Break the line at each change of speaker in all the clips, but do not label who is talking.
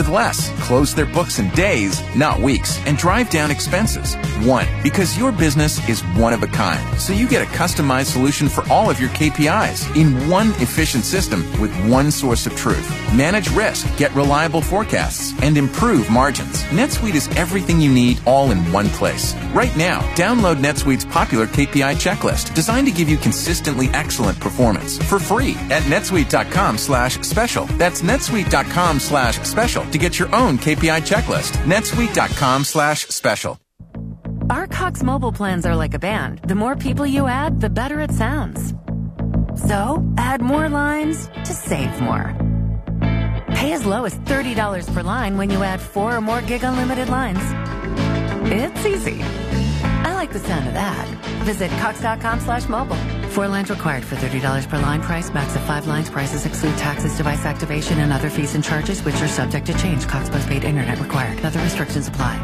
save less, close their books in days, not weeks, and drive down expenses. One, because your business is one of a kind, so you get a customized solution for all of your KPIs in one efficient system with one source of truth. Manage risk, get reliable forecasts, and improve margins. NetSuite is everything you need all in one place. Right now, download NetSuite's popular KPI checklist designed to give you consistently excellent performance for free at netsuite.com slash special. That's netsuite.com slash special to get your own KPI checklist. netsuite.com slash special.
Our Cox Mobile plans are like a band. The more people you add, the better it sounds. So add more lines to save more. Pay as low as $30 per line when you add four or more gig unlimited lines. It's easy. I like the sound of that. Visit cox.com slash mobile. Four lines required for $30 per line price. Max of five lines. Prices exclude taxes, device activation, and other fees and charges, which are subject to change. Cox postpaid internet required. Other restrictions apply.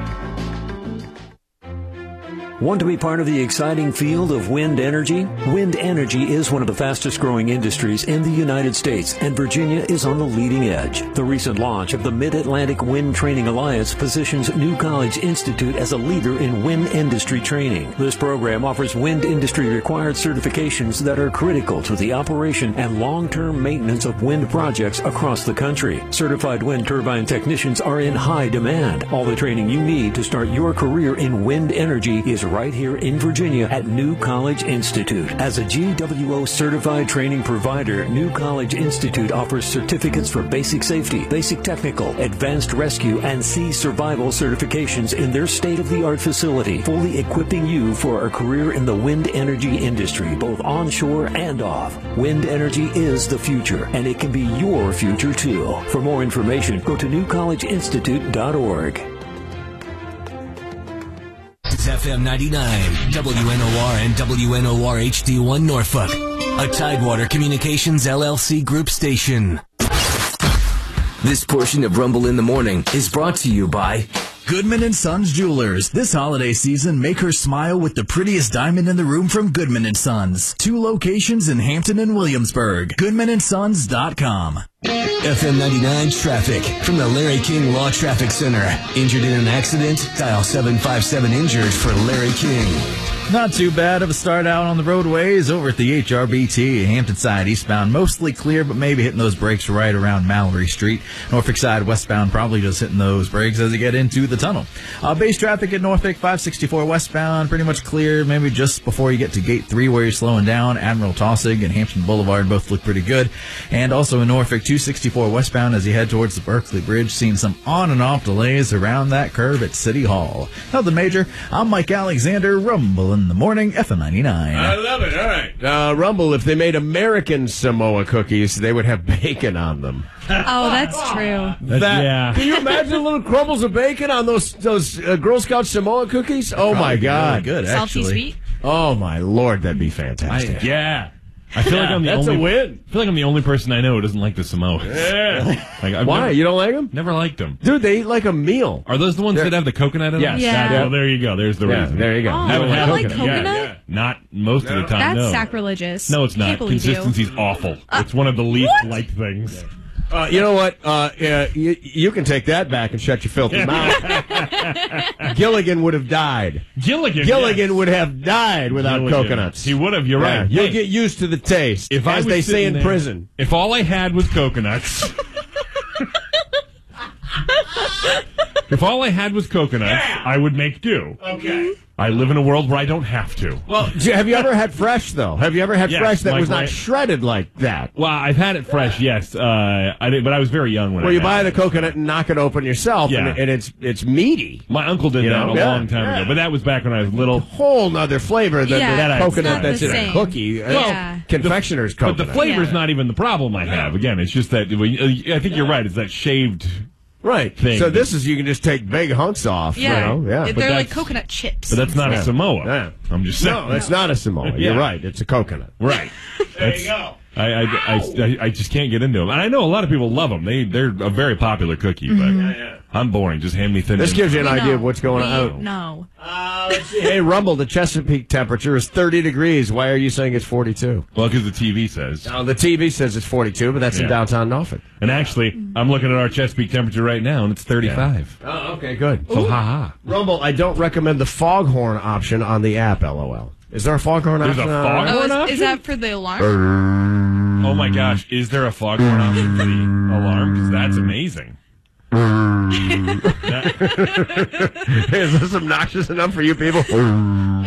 Want to be part of the exciting field of wind energy? Wind energy is one of the fastest growing industries in the United States, and Virginia is on the leading edge. The recent launch of the Mid Atlantic Wind Training Alliance positions New College Institute as a leader in wind industry training. This program offers wind industry required certifications that are critical to the operation and long term maintenance of wind projects across the country. Certified wind turbine technicians are in high demand. All the training you need to start your career in wind energy is right here in Virginia at New College Institute. As a GWO certified training provider, New College Institute offers certificates for basic safety, basic technical, advanced rescue, and sea survival certifications in their state of the art facility, fully equipping you for a career in the wind energy industry, both onshore and off. Wind energy is the future, and it can be your future too. For more information, go to newcollegeinstitute.org.
It's FM 99, WNOR and WNOR HD1 Norfolk. A Tidewater Communications LLC group station. This portion of Rumble in the Morning is brought to you by
Goodman and Sons Jewelers. This holiday season, make her smile with the prettiest diamond in the room from Goodman and Sons. Two locations in Hampton and Williamsburg. GoodmanandSons.com.
FM 99 traffic from the Larry King Law Traffic Center. Injured in an accident? Dial 757 Injured for Larry King.
Not too bad of a start out on the roadways over at the HRBT, Hampton side eastbound, mostly clear, but maybe hitting those brakes right around Mallory Street. Norfolk side westbound, probably just hitting those brakes as you get into the tunnel. Uh, base traffic at Norfolk 564 westbound, pretty much clear, maybe just before you get to Gate 3 where you're slowing down. Admiral Tossig and Hampton Boulevard both look pretty good. And also in Norfolk 264 westbound as you head towards the Berkeley Bridge, seeing some on and off delays around that curve at City Hall. Nothing major. I'm Mike Alexander, Rumble in the Morning, FM99.
I love it. All right. Uh, Rumble, if they made American Samoa cookies, they would have bacon on them.
Oh, that's true.
That-
yeah.
Can you imagine little crumbles of bacon on those those uh, Girl Scout Samoa cookies? Oh my
Probably
God!
really good,
Salty
actually.
sweet.
Oh my Lord, that'd be
I,
fantastic.
yeah. I feel like I'm the
that's
only
a win.
I feel like I'm the only person I know who doesn't like the Samoas. Like, I've
Why
Never,
you don't like them,
never liked them.
dude? They eat like a meal.
Are those the ones
They're-
that have the coconut in
Yes.
them?
Yeah.
Well, there you go. There's the
Yeah,
reason.
there you go.
Oh,
You
Haven't
don't
I
had
like
coconut. Yeah,
coconut?
yeah. Not most of the time.
That's
no.
sacrilegious.
No, it's
Can't
not.
believe you. Uh,
Consistency's awful. it's one of the least liked things.
Uh, you know what? Uh, uh, you, you can take that back and shut your filthy mouth. Gilligan would have died.
Gilligan.
Gilligan
yes.
would have died without
Gilligan.
coconuts.
He would have. You're
Yeah,
right.
You'll
Hey,
get used to the taste,
if I
as
was
they say
sitting
in
there-
prison.
If all I had was coconuts. if all I had was coconuts, I would make do.
Okay.
I live in a world where I don't have to.
Well, do- have you ever had fresh though? Have you ever had
Yes,
fresh that
like
was not
my-
shredded like that?
Well, I've had it fresh, yes. Uh, I did, but I was very young when
Where
I
you
had
buy
it.
the coconut and knock it open yourself,
Yeah.
and, and it's it's meaty.
My uncle did
You
that
know?
a
Yeah.
long time
Yeah.
ago, but that was back when I was little.
Whole nother flavor than
Yeah,
the
it's
coconut
not
that's
the
in a
same.
cookie. That's
Yeah.
confectioner's
But the
coconut.
flavor's
Yeah.
not even the problem I have. Again, it's just that uh, I think you're right. It's that shaved.
right.
thing.
So this is you can just take big hunks off.
Yeah.
You know? Yeah.
They're like
that's-
coconut chips.
But that's not
Yeah.
a Samoa.
Yeah.
I'm just saying.
no, it's not a Samoa. You're
Yeah.
right. It's a coconut.
Right.
There you go.
I I, I, I just can't get into them. And I know a lot of people love them. They they're a very popular cookie, but
Mm-hmm.
I'm boring. Just hand me thin.
This
mints.
gives you an idea of
Mm-hmm. No.
what's going
We
on.
No.
Hey, Rumble, the Chesapeake temperature is 30 degrees. Why are you saying it's 42?
Well, because the TV says.
Now, the TV says it's 42, but that's in
Yeah.
downtown Norfolk.
And actually, I'm looking at our Chesapeake temperature right now, and it's 35.
Oh, okay, good.
So ha ha.
Rumble, I don't recommend the foghorn option on the app, LOL. Is there a foghorn
There's a
option? on-
foghorn?
Oh, is, is that for the alarm?
Oh my gosh, is there a foghorn option for the alarm? 'Cause that's amazing.
Mm. Is this obnoxious enough for you people? I'm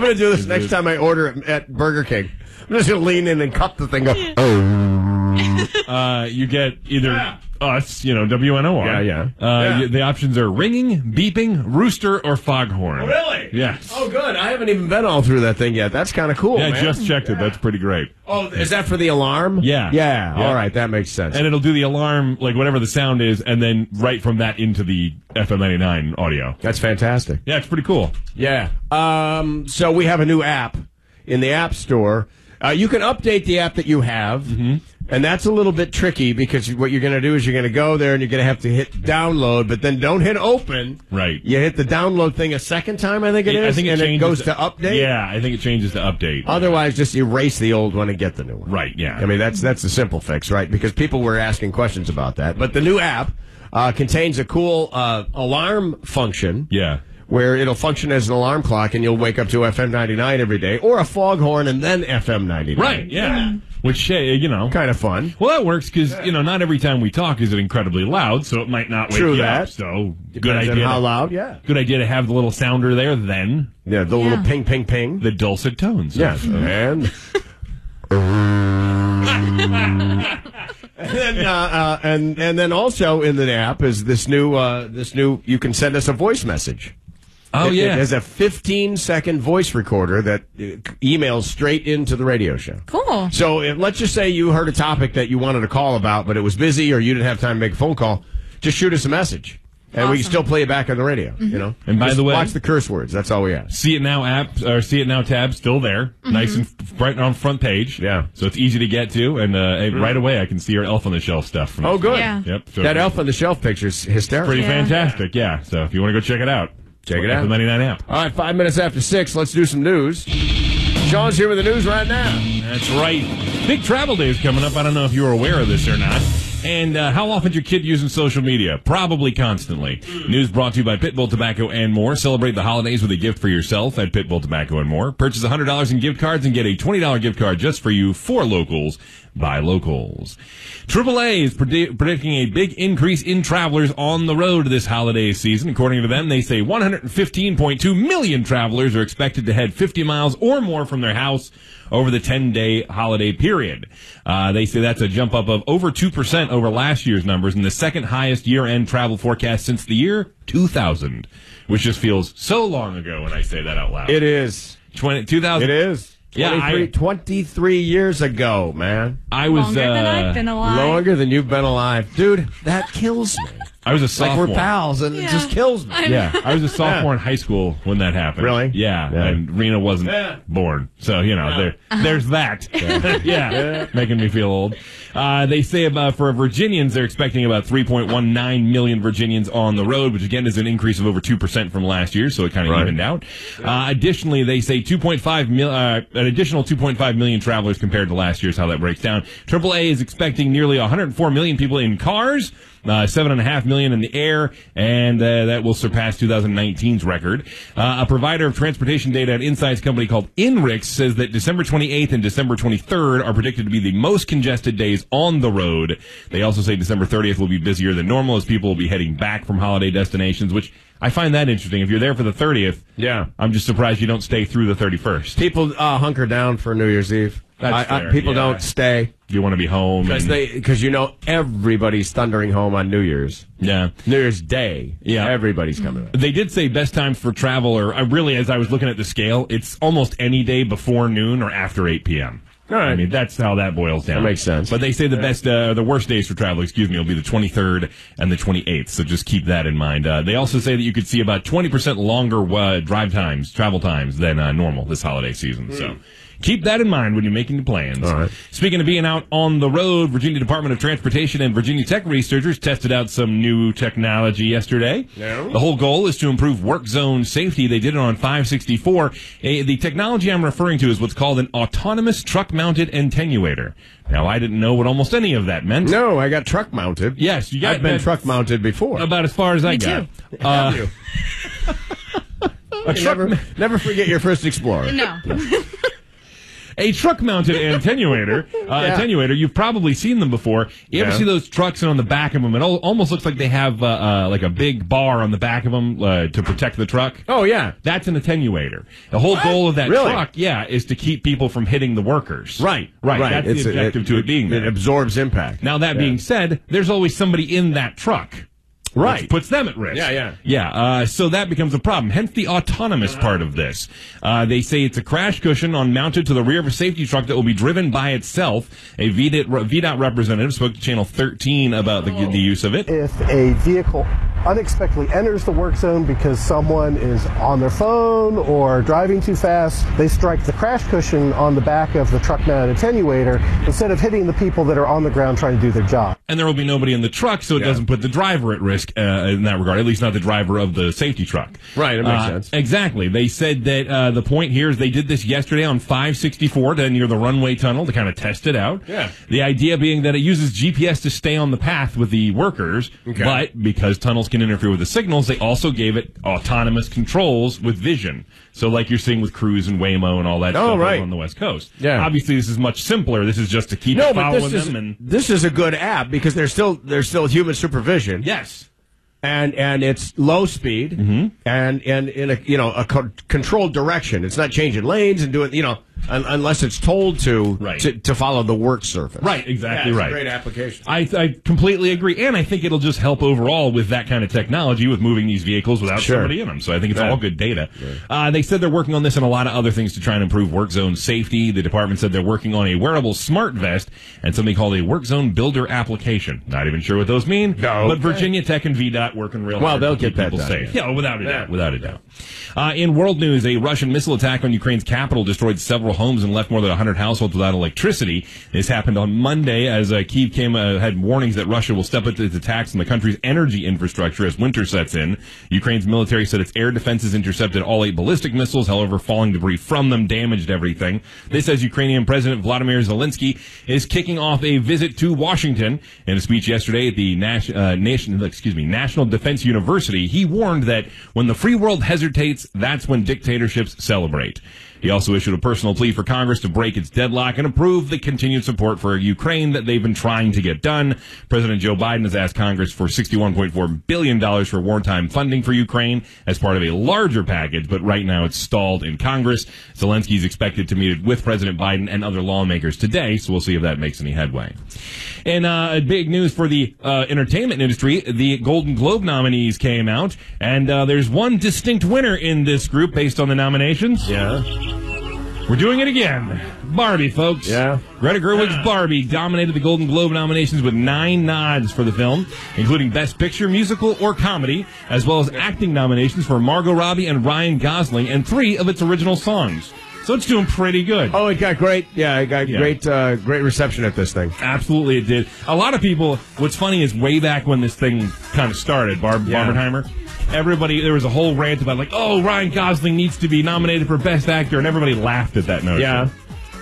going to do this next time I order at- at Burger King. I'm just going to lean in and cup the thing up.
Uh, you get either us, you know, WNOR.
Yeah, yeah.
Uh,
Yeah.
you- the options are ringing, beeping, rooster, or foghorn.
really?
Yes.
Oh, good. I haven't even been all through that thing yet. That's kind of cool.
yeah, I
man.
just checked it. That's pretty great.
Oh, is that for the alarm?
Yeah.
Yeah.
Yeah.
All right. That makes sense.
And it'll do the alarm, like whatever the sound is, and then right from that into the FM 99 audio.
That's fantastic.
Yeah, it's pretty cool.
Yeah. Um, so we have a new app in the App Store. Uh, you can update the app that you have,
Mm-hmm.
and that's a little bit tricky because what you're going to do is you're going to go there and you're going to have to hit download, but then don't hit open.
Right.
You hit the download thing a second time, I think it is,
I think it
and it
changes
goes to update.
Yeah, I think it changes to update.
Otherwise, just erase the old one and get the new one.
Right, yeah.
I mean, that's that's the simple fix, right? Because people were asking questions about that. But the new app uh, contains a cool uh, alarm function.
yeah.
Where it'll function as an alarm clock, and you'll wake up to FM 99 every day, or a foghorn and then FM 99.
Right, yeah. Which, eh, you know.
Kind of fun.
Well, that works because, you know, not every time we talk is it incredibly loud, so it might not wake
True
you
that.
up. So, good
Depends on
idea.
How
to-
loud? Yeah.
Good idea to have the little sounder there, then
Yeah, the little
Yeah.
ping, ping, ping.
the dulcet tones.
Yes, and. and then, uh, uh, and and then also in the app is this new uh, this new you can send us a voice message.
Oh,
it,
yeah.
it has a 15 second voice recorder that uh, emails straight into the radio show.
Cool.
So if, let's just say you heard a topic that you wanted to call about, but it was busy or you didn't have time to make a phone call. Just shoot us a message, and we can still play it back on the radio. You know.
And by
Just
the way-
watch the curse words. That's all we ask.
See It Now app or See It Now tab still there, nice and f- right on front page.
Yeah.
so it's easy to get to, and uh, hey, right away I can see your Elf on the Shelf stuff. From
Mm. Oh, good.
Yeah.
Yep, so
That elf on the shelf picture is hysterical.
pretty
Yeah.
fantastic. Yeah, so if you want to go check it out,
Check it out.
The ninety nine app.
All right, five minutes after six, let's do some news. Sean's here with the news right now.
That's right. Big travel day is coming up. I don't know if you were aware of this or not. And uh, how often's your kid using social media? Probably constantly. News brought to you by Pitbull Tobacco and more. Celebrate the holidays with a gift for yourself at Pitbull Tobacco and more. Purchase $100 in gift cards and get a $20 gift card just for you for locals by locals. AAA is predi- predicting a big increase in travelers on the road this holiday season. According to them, they say 115.2 million travelers are expected to head 50 miles or more from their house over the 10 day holiday period. Uh, they say that's a jump up of over 2% over last year's numbers and the second highest year end travel forecast since the year 2000, which just feels so long ago when I say that out loud.
It is.
20,
It
2000.
is.
Yeah,
23,
I-
23 years ago, man.
I was,
Longer
uh,
than I've been alive.
Longer than you've been alive. Dude, that kills me.
I was a
It's like
sophomore.
we're pals, and it
Yeah.
just kills me.
Yeah, I was a sophomore in high school when that happened.
Really?
Yeah,
Yeah.
and Rena wasn't
Yeah.
born, so you know there, there's that. Yeah, making me feel old. Uh, they say about for Virginians, they're expecting about 3.19 million Virginians on the road, which again is an increase of over two percent from last year, so it kind of
Right.
evened out. Uh, additionally, they say 2.5 mil, uh, an additional 2.5 million travelers compared to last year's. How that breaks down. AAA is expecting nearly 104 million people in cars uh, seven and a half million in the air, and uh, that will surpass 2019's record. Uh, a provider of transportation data and insights company called Inrix says that December 28th and December 23rd are predicted to be the most congested days on the road. They also say December 30th will be busier than normal as people will be heading back from holiday destinations, which I find that interesting. If you're there for the 30th,
Yeah.
I'm just surprised you don't stay through the 31st.
People uh, hunker down for New Year's Eve.
That's
I, I,
fair,
people
yeah.
don't stay
You want to be home.
because
and-
you know everybody's thundering home on New Year's.
yeah.
New Year's Day.
Yeah.
Everybody's coming.
They did say best time for travel, or I really, as I was looking at the scale, it's almost any day before noon or after 8 p.m.
All right.
I mean, that's how that boils down.
That makes sense.
But they say the best, uh, the worst days for travel, excuse me, will be the 23rd and the 28th. So just keep that in mind. Uh, they also say that you could see about 20% longer uh, drive times, travel times than uh, normal this holiday season. So keep that in mind when you're making your plans.
Hmm. All right.
Speaking of being out on the road, Virginia Department of Transportation and Virginia Tech researchers tested out some new technology yesterday.
No.
The whole goal is to improve work zone safety. They did it on 564. Eh, the technology I'm referring to is what's called an autonomous truck mounted attenuator. Now, I didn't know what almost any of that meant.
No, I got truck mounted.
Yes, you got
I've been
that-
truck mounted before.
About as far as I
Me
got.
too.
Uh,
You. You never, never forget your first Explorer.
No.
a truck-mounted attenuator. Uh, Attenuator. You've probably seen them before. You ever
Yeah.
see those trucks, and on the back of them, it al- almost looks like they have uh, uh, like a big bar on the back of them uh, to protect the truck.
Oh yeah,
That's an attenuator. The whole goal of that
Really?
truck, yeah, is to keep people from hitting the workers.
right,
right. That's
It's-
the objective to it being
It
there.
absorbs impact.
now that being said, there's always somebody in that truck.
Right.
Which puts them at risk.
Yeah, Uh-huh. yeah.
Yeah, uh, so that becomes a problem. Hence the autonomous part of this. Uh, they say it's a crash cushion on mounted to the rear of a safety truck that will be driven by itself. A VDOT, VDOT representative spoke to Channel 13 about the,
Oh.
the use of it.
if a vehicle unexpectedly enters the work zone because someone is on their phone or driving too fast, they strike the crash cushion on the back of the truck mounted attenuator instead of hitting the people that are on the ground trying to do their job.
and there will be nobody in the truck, so it doesn't put the driver at risk uh, in that regard. At least not the driver of the safety truck.
Right, it makes
Uh,
sense.
Exactly. They said that uh, the point here is they did this yesterday on 564 down near the runway tunnel to kind of test it out.
Yeah.
The idea being that it uses GPS to stay on the path with the workers,
Okay.
but because tunnels can interfere with the signals, they also gave it autonomous controls with vision. So like you're seeing with Cruise and Waymo and all that
Oh,
stuff
right.
on the West Coast.
Yeah.
Obviously, this is much simpler. This is just to keep
No, but
following
this is
them and
this is a good app because there's still there's still human supervision.
yes. Mm-hmm.
and and it's low speed and and in a you know a co- controlled direction. It's not changing lanes and doing you know un- unless it's told to,
Right.
to to follow the work surface.
Right, exactly
Yeah, it's a
right.
great application.
I, I completely agree, and I think it'll just help overall with that kind of technology with moving these vehicles without
Sure.
somebody in them. So I think it's
Yeah.
all good data. Uh, they said they're working on this and a lot of other things to try and improve work zone safety. The department said they're working on a wearable smart vest and something called a work zone builder application. Not even sure what those mean.
No.
But Virginia Tech and VDOT working real
Well,
hard.
they'll
to
get
keep
that
people
done.
safe. Yeah, without a
Yeah.
doubt. Without a doubt. Uh, in world news, a Russian missile attack on Ukraine's capital destroyed several homes and left more than 100 households without electricity. This happened on Monday as uh, Kyiv came uh, had warnings that Russia will step up to its attacks on the country's energy infrastructure as winter sets in. Ukraine's military said its air defenses intercepted all eight ballistic missiles. However, falling debris from them damaged everything. This as Ukrainian President Vladimir Zelensky is kicking off a visit to Washington. In a speech yesterday at the Nash, uh, Nation, excuse me, National Defense University, he warned that when the free world hesitates, that's when dictatorships celebrate. He also issued a personal plea for Congress to break its deadlock and approve the continued support for Ukraine that they've been trying to get done. President Joe Biden has asked Congress for $61.4 billion for wartime funding for Ukraine as part of a larger package, but right now it's stalled in Congress. Zelensky is expected to meet with President Biden and other lawmakers today, so we'll see if that makes any headway. And uh, big news for the uh, entertainment industry, the Golden Globe nominees came out, and uh, there's one distinct winner in this group based on the nominations.
Yeah,
We're doing it again. Barbie, folks.
Yeah.
Greta Gerwig's Barbie dominated the Golden Globe nominations with nine nods for the film, including Best Picture, Musical, or Comedy, as well as acting nominations for Margot Robbie and Ryan Gosling, and three of its original songs. So it's doing pretty good.
oh, it got great. Yeah, it got
Yeah.
great uh, great reception at this thing.
Absolutely, it did. A lot of people. What's funny is way back when this thing kind of started, Barb
Yeah.
Barbenheimer. Everybody, there was a whole rant about like, oh, Ryan Gosling needs to be nominated for Best Actor, and everybody laughed at that notion.
Yeah.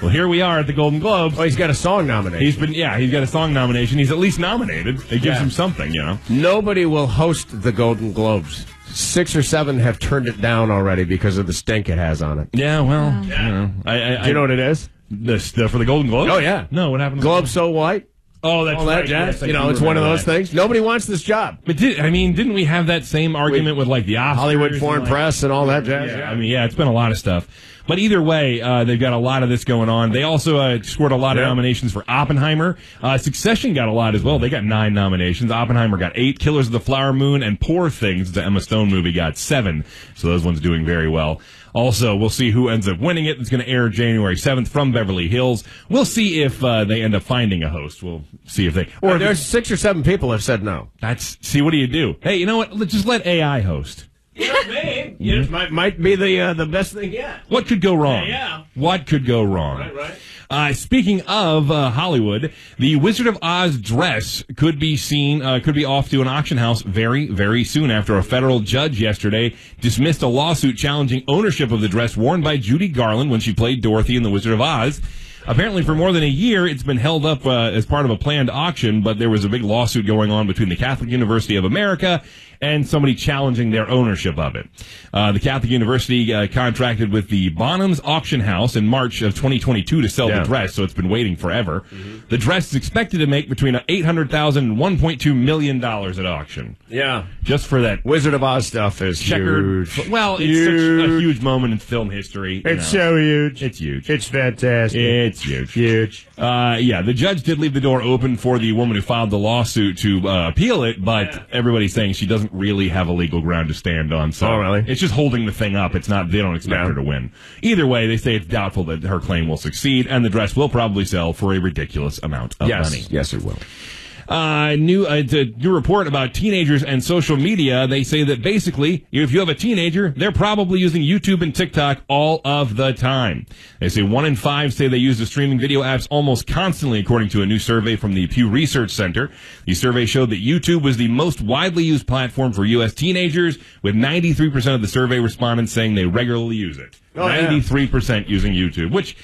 Well, here we are at the Golden Globes.
Oh, he's got a song nominated.
He's been, yeah, he's got a song nomination. He's at least nominated. It gives
Yeah.
him something, you know.
Nobody will host the Golden Globes. Six or seven have turned it down already because of the stink it has on it.
Yeah, well, you know, I, I,
Do you know what it is?
this the, for the Golden Globes?
Oh yeah.
No, what happened? to the
Globes so white.
Oh, that's
All that
right.
jazz.
Yes, I
you know,
do
it's one of
remember
those
that.
things. Nobody wants this job.
But did I mean? Didn't we have that same argument with, like the Oscars
Hollywood
and,
Foreign
like,
Press and all that jazz.
Yeah, I mean, yeah, it's been a lot of stuff. But either way, uh, they've got a lot of this going on. They also uh, scored a lot of
Yeah.
nominations for Oppenheimer. Uh, Succession got a lot as well. They got nine nominations. Oppenheimer got eight. Killers of the Flower Moon and Poor Things, the Emma Stone movie, got seven. So those ones doing very well. Also, we'll see who ends up winning it. It's going to air January 7th from Beverly Hills. We'll see if uh, they end up finding a host. We'll see if they. Or
Uh, Or
if
there's six or seven people have said no.
that's. See, what do you do? Hey, you know what? Let- Just let AI host.
It might, might be the uh, the best thing yet.
What could go wrong?
Yeah.
What could go wrong?
Right, right.
Uh, speaking of uh, Hollywood, the Wizard of Oz dress could be seen, uh, could be off to an auction house very, very soon after a federal judge yesterday dismissed a lawsuit challenging ownership of the dress worn by Judy Garland when she played Dorothy in The Wizard of Oz. Apparently, for more than a year, it's been held up uh, as part of a planned auction, but there was a big lawsuit going on between the Catholic University of America and somebody challenging their ownership of it. Uh, the Catholic University uh, contracted with the Bonhams Auction House in March of 2022 to sell
Yeah. Mm-hmm.
the dress, so it's been waiting forever. The dress is expected to make between 800,000 and 1.2 million dollars at auction,
Yeah.
just for that
Wizard of Oz stuff is
checkered.
huge.
Well, it's
huge.
such a huge moment in film history. you
It's
know.
so huge.
It's huge.
It's fantastic.
It's huge.
Huge.
Uh, yeah, the judge did leave the door open for the woman who filed the lawsuit to uh, appeal it, but everybody's saying she doesn't really have a legal ground to stand on. So
Oh, really?
it's just holding the thing up. It's not they don't expect
Yeah.
her to win. Either way, they say it's doubtful that her claim will succeed, and the dress will probably sell for a ridiculous amount of
Yes.
money.
Yes, it will.
Uh, new uh, it's a new report about teenagers and social media. They say that basically, if you have a teenager, they're probably using YouTube and TikTok all of the time. They say one in five say they use the streaming video apps almost constantly, according to a new survey from the Pew Research Center. The survey showed that YouTube was the most widely used platform for U.S. teenagers, with 93% of the survey respondents saying they regularly use it.
Oh, yeah.
93% using YouTube, which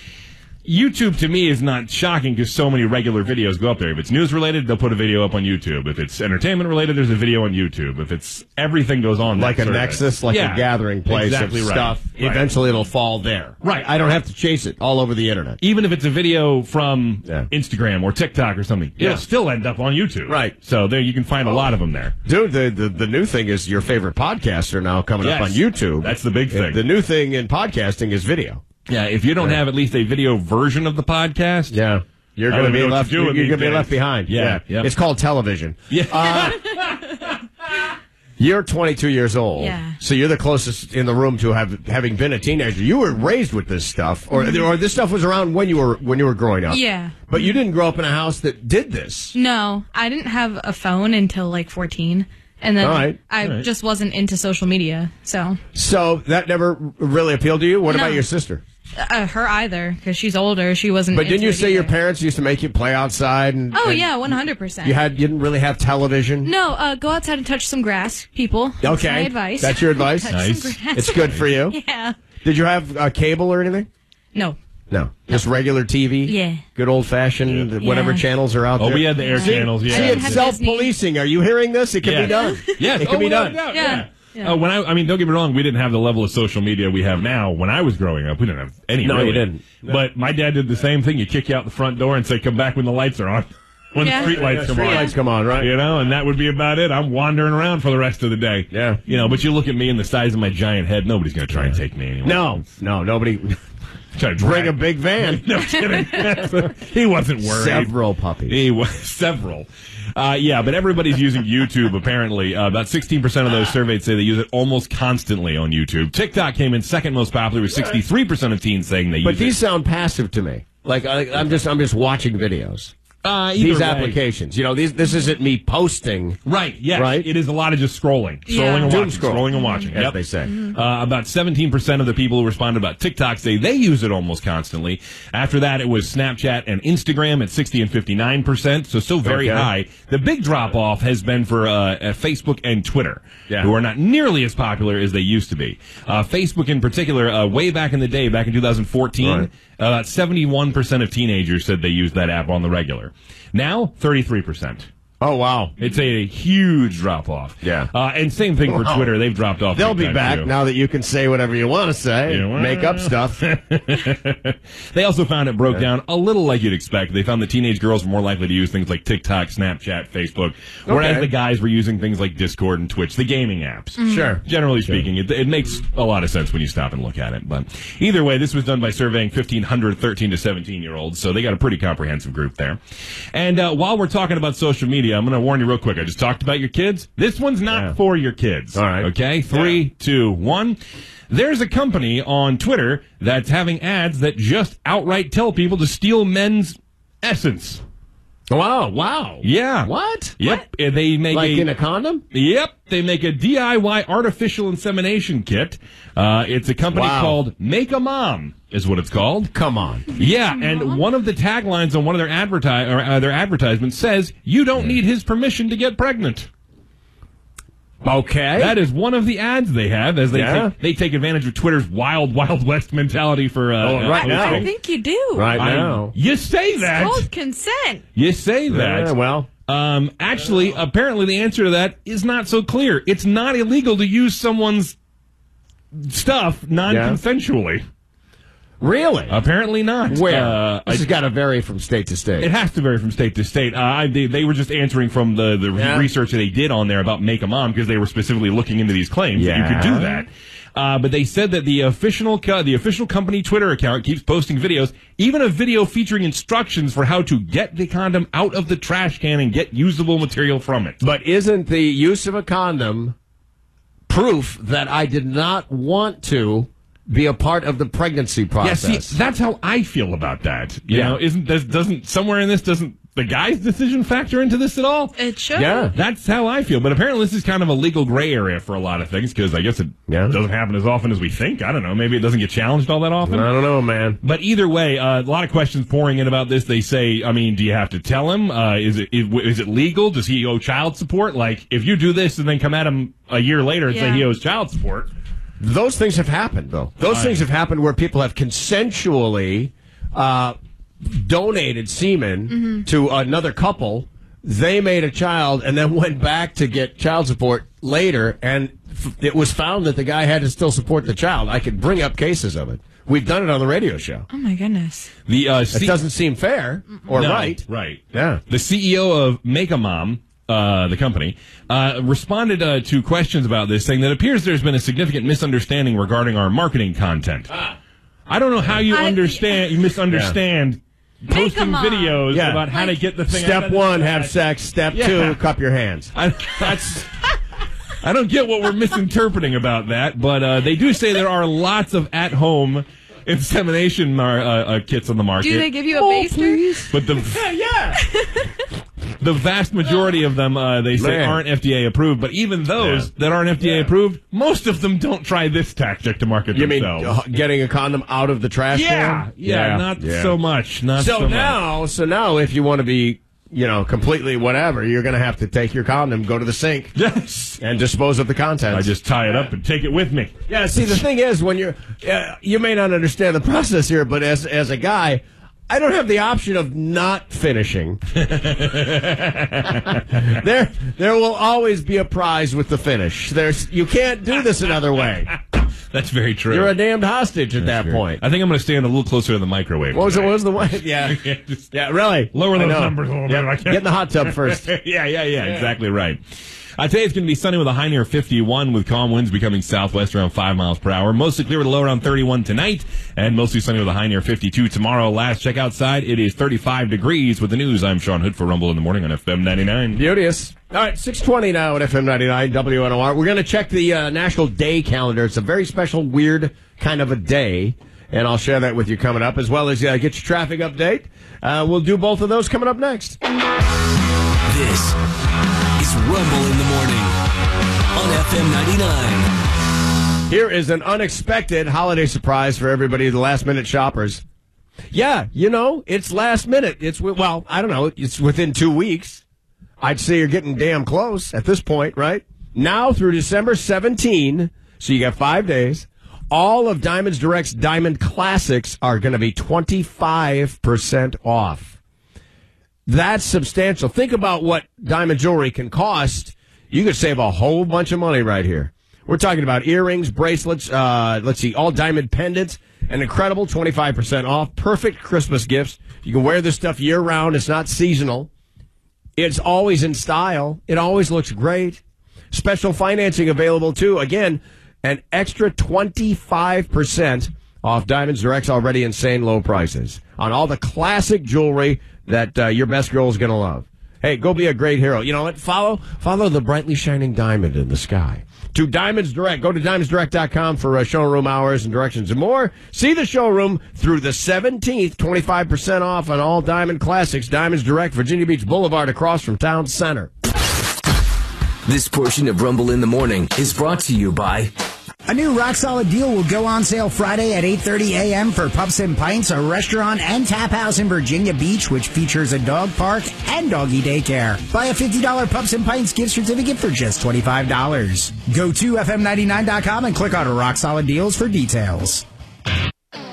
YouTube to me is not shocking because so many regular videos go up there. If it's news related, they'll put a video up on YouTube. If it's entertainment related, there's a video on YouTube. If it's everything goes on
Like
that
a
survey.
nexus, like
Yeah,
a gathering place
exactly
of
right.
stuff.
Right.
Eventually, it'll fall there.
Right.
I don't have to chase it all over the internet.
Even if it's a video from
Yeah.
Instagram or TikTok or something,
Yeah.
it'll still end up on YouTube.
Right.
So there you can find a lot of them there.
Dude, the, the, the new thing is your favorite podcasts are now coming up
Yes.
on YouTube.
That's the big thing.
The new thing in podcasting is video.
Yeah. If you don't have at least a video version of the podcast,
Yeah. You're
I
going to
don't
be
even know what
left.
to do
You're,
with
you're
these
going to be
days.
left behind.
Yeah, yeah.
It's called television.
Yeah.
Uh, you're 22 years old.
Yeah.
So you're the closest in the room to have having been a teenager. You were raised with this stuff, or or this stuff was around when you were when you were growing up.
Yeah.
But you didn't grow up in a house that did this.
No, I didn't have a phone until like 14. And then
All right.
I just wasn't into social media. So,
So that never really appealed to you. What
No.
about your sister?
uh, her either, because she's older. She wasn't.
But didn't
into
you
it
say your
either.
parents used to make you play outside? And,
Oh,
and
yeah, 100%.
You had you didn't really have television.
no, uh, go outside and touch some grass, people. That's
Okay.
my advice.
That's your advice?
Touch some
Nice.
grass.
It's good for you.
Yeah.
Did you have uh, cable or anything?
No.
No, just regular TV.
Yeah.
good old fashioned whatever
Yeah.
channels are out
Oh,
there.
we had the air channels. Yeah.
See,
didn't
it's
have
self policing. Are you hearing this? It can
Yeah.
be done.
Yes,
it can
oh,
be
without
done.
a doubt,
Yeah. Yeah.
Uh, when I, I mean, don't get me wrong, we didn't have the level of social media we have now. When I was growing up, we didn't have any.
No,
really.
you didn't.
But my dad did the same thing. You kick you out the front door and say, "Come back when the lights are on." when
Yeah.
the street lights come on.
Lights come on, right?
You know, and that would be about it. I'm wandering around for the rest of the day.
Yeah.
You know, but you look at me and the size of my giant head. Nobody's going to try and take me anyway.
No, no, nobody.
Try to drag
Bring a big van.
No kidding. he wasn't worried.
Several puppies.
He was several. Uh, yeah, but everybody's using YouTube apparently. Uh, about 16% of those surveyed say they use it almost constantly on YouTube. TikTok came in second most popular with 63% of teens saying they
But
use
these
it.
sound passive to me. Like I, I'm just, I'm just watching videos.
Uh, either
These
way.
applications, you know, these. This isn't me posting.
Right, yes.
Right?
It is a lot of just scrolling. Scrolling
Yeah.
and
Doom
watching.
scroll.
Scrolling and watching.
As
yep.
they say.
Uh, about 17% of the people who responded about TikTok say they use it almost constantly. After that, it was Snapchat and Instagram at 60 and 59%, so still very
Okay.
high. The big drop off has been for uh, uh, Facebook and Twitter,
Yeah.
who are not nearly as popular as they used to be. Uh, Facebook, in particular, uh, way back in the day, back in 2014,
Right.
about 71% of teenagers said they used that app on the regular. Now, 33%.
Oh wow,
It's a huge drop off.
Yeah.
Uh, and same thing for
Wow.
Twitter. They've dropped off.
they'll
big
be
time,
back
too.
now that you can say whatever you want to say,
Yeah, well.
make up stuff.
They also found it broke down a little like you'd expect. They found that teenage girls were more likely to use things like TikTok, Snapchat, Facebook, whereas
Okay.
the guys were using things like Discord and Twitch, the gaming apps.
Mm-hmm. Sure.
Generally speaking, it, it makes a lot of sense when you stop and look at it. But either way, this was done by surveying 1,500 13 to 17 year olds, so they got a pretty comprehensive group there. And uh, while we're talking about social media, I'm going to warn you real quick. I just talked about your kids. This one's not
Yeah.
for your kids.
All right.
Okay. Three, two, one. There's a company on Twitter that's having ads that just outright tell people to steal men's essence.
Wow! Wow!
Yeah.
What?
Yep. and They make
Like
a,
in a condom?
Yep, they make a DIY artificial insemination kit. Uh, it's a company
Wow.
called Make a Mom, is what it's called.
Come on.
Yeah, and one of the taglines on one of their adverti- or, uh, their advertisements says, "You don't need his permission to get pregnant."
Okay.
That is one of the ads they have as they
Yeah.
take, they take advantage of Twitter's wild wild west mentality for uh,
Oh, right
uh,
now.
I
hosting.
think you do.
right
I-
now.
you say that.
It's called consent.
You say that.
Yeah, well.
Um, actually, apparently, the answer to that is not so clear. It's not illegal to use someone's stuff non-consensually.
Really?
Apparently not.
Where?
Uh, I-
this has got to vary from state to state.
it has to vary from state to state. Uh, I, they, they were just answering from the, the
Yeah.
research that they did on there about Make a Mom because they were specifically looking into these claims that you could
Yeah.
do that. Uh, but they said that the official co- the official company Twitter account keeps posting videos, even a video featuring instructions for how to get the condom out of the trash can and get usable material from it.
But isn't the use of a condom proof that I did not want to be a part of the pregnancy
Yeah,
process?
see, that's how I feel about that. You
Yeah.
know, isn't this doesn't somewhere in this doesn't the guy's decision factor into this at all?
It should.
Yeah.
That's how I feel. But apparently, this is kind of a legal gray area for a lot of things because I guess it
Yeah.
doesn't happen as often as we think. I don't know. Maybe it doesn't get challenged all that
I
often.
don't know, man.
But either way, uh, a lot of questions pouring in about this. They say, I mean, do you have to tell him? Uh, is it is, is it legal? Does he owe child support? Like, if you do this and then come at him a year later and
Yeah.
say he owes child support,
Those things have happened, though. Those
I-
things have happened where people have consensually uh, donated semen
Mm-hmm.
to another couple. They made a child and then went back to get child support later, and f- it was found that the guy had to still support the child. I could bring up cases of it. We've done it on the radio show.
Oh my goodness.
the uh,
It
C-
doesn't seem fair or
No,
right.
Right.
Yeah.
The CEO of Make a Mom, uh, the company, uh, responded uh, to questions about this, saying that appears there's been a significant misunderstanding regarding our marketing content.
Ah.
I don't know how you
I-
understand. You misunderstand
a
posting
Mom.
videos
Yeah.
about how to get the thing. out
Step
of the
one,
bag.
have sex. Step
Yeah.
two, cup your hands.
I, that's. I don't get what we're misinterpreting about that, but uh, they do say there are lots of at-home insemination mar- uh, uh, kits on the market.
Do they give you a baster?
But the
yeah.
the vast majority of them uh, they say
Man.
aren't FDA approved. But even those
Yeah.
that aren't FDA
Yeah.
approved, most of them don't try this tactic to market
You mean
themselves.
uh, getting a condom out of the trash
yeah,
can?
yeah, not
Yeah.
so much. Not so,
So
much.
now, so now, if you want to be, you know, completely whatever, you're going to have to take your condom, go to the sink,
Yes,
and dispose of the contents.
I just tie it up and take it with me.
yeah. See, the thing is, when you're, uh, you may not understand the process here, but as as a guy. I don't have the option of not finishing. there, there will always be a prize with the finish. There's, you can't do this another way.
That's very true.
You're a damned hostage at that
Very-
point.
I think I'm going to stand a little closer to the microwave.
What was it?
tonight.
What was the one? Yeah,
Just-
yeah. Really,
Lower
I
those
know.
numbers a little bit.
Yeah,
I
Get in
can't-
the hot tub first.
yeah, yeah, yeah, exactly right. Uh, today it's going to be sunny with a high near 51 with calm winds becoming southwest around 5 miles per hour. Mostly clear with a low around 31 tonight and mostly sunny with a high near 52 tomorrow. Last check outside, it is 35 degrees with the news. I'm Sean Hood for Rumble in the Morning on FM 99.
Beauteous. All right, 620 now at FM 99 WNOR. We're going to check the uh, National Day calendar. It's a very special, weird kind of a day, and I'll share that with you coming up, as well as uh, get your traffic update. Uh, we'll do both of those coming up next.
This is Rumble in the Morning on FM 99.
Here is an unexpected holiday surprise for everybody, the last minute shoppers. Yeah, you know, it's last minute. It's, wi- well, I don't know, it's within two weeks. I'd say you're getting damn close at this point, right? Now through December 17, so you got five days. All of Diamonds Direct's Diamond Classics are going to be 25% off that's substantial. Think about what diamond jewelry can cost. You could save a whole bunch of money right here. We're talking about earrings, bracelets, uh, let's see, all diamond pendants, an incredible 25% off. Perfect Christmas gifts. You can wear this stuff year round. It's not seasonal. It's always in style. It always looks great. Special financing available too. Again, an extra 25% off Diamonds Direct's already insane low prices on all the classic jewelry that uh, your best girl is going to love. Hey, go be a great hero. You know what? Follow follow the brightly shining diamond in the sky. To Diamonds Direct. Go to diamondsdirect.com for uh, showroom hours and directions and more. See the showroom through the 17th, 25% off on all Diamond Classics. Diamonds Direct, Virginia Beach Boulevard, across from Town Center.
This portion of Rumble in the Morning is brought to you by
A new rock solid deal will go on sale Friday at 8:30 a.m. for Pubs and Pints, a restaurant and tap house in Virginia Beach, which features a dog park and doggy daycare. Buy a $50 Pubs and Pints gift certificate for just $25. Go to fm99.com and click on Rock Solid Deals for details.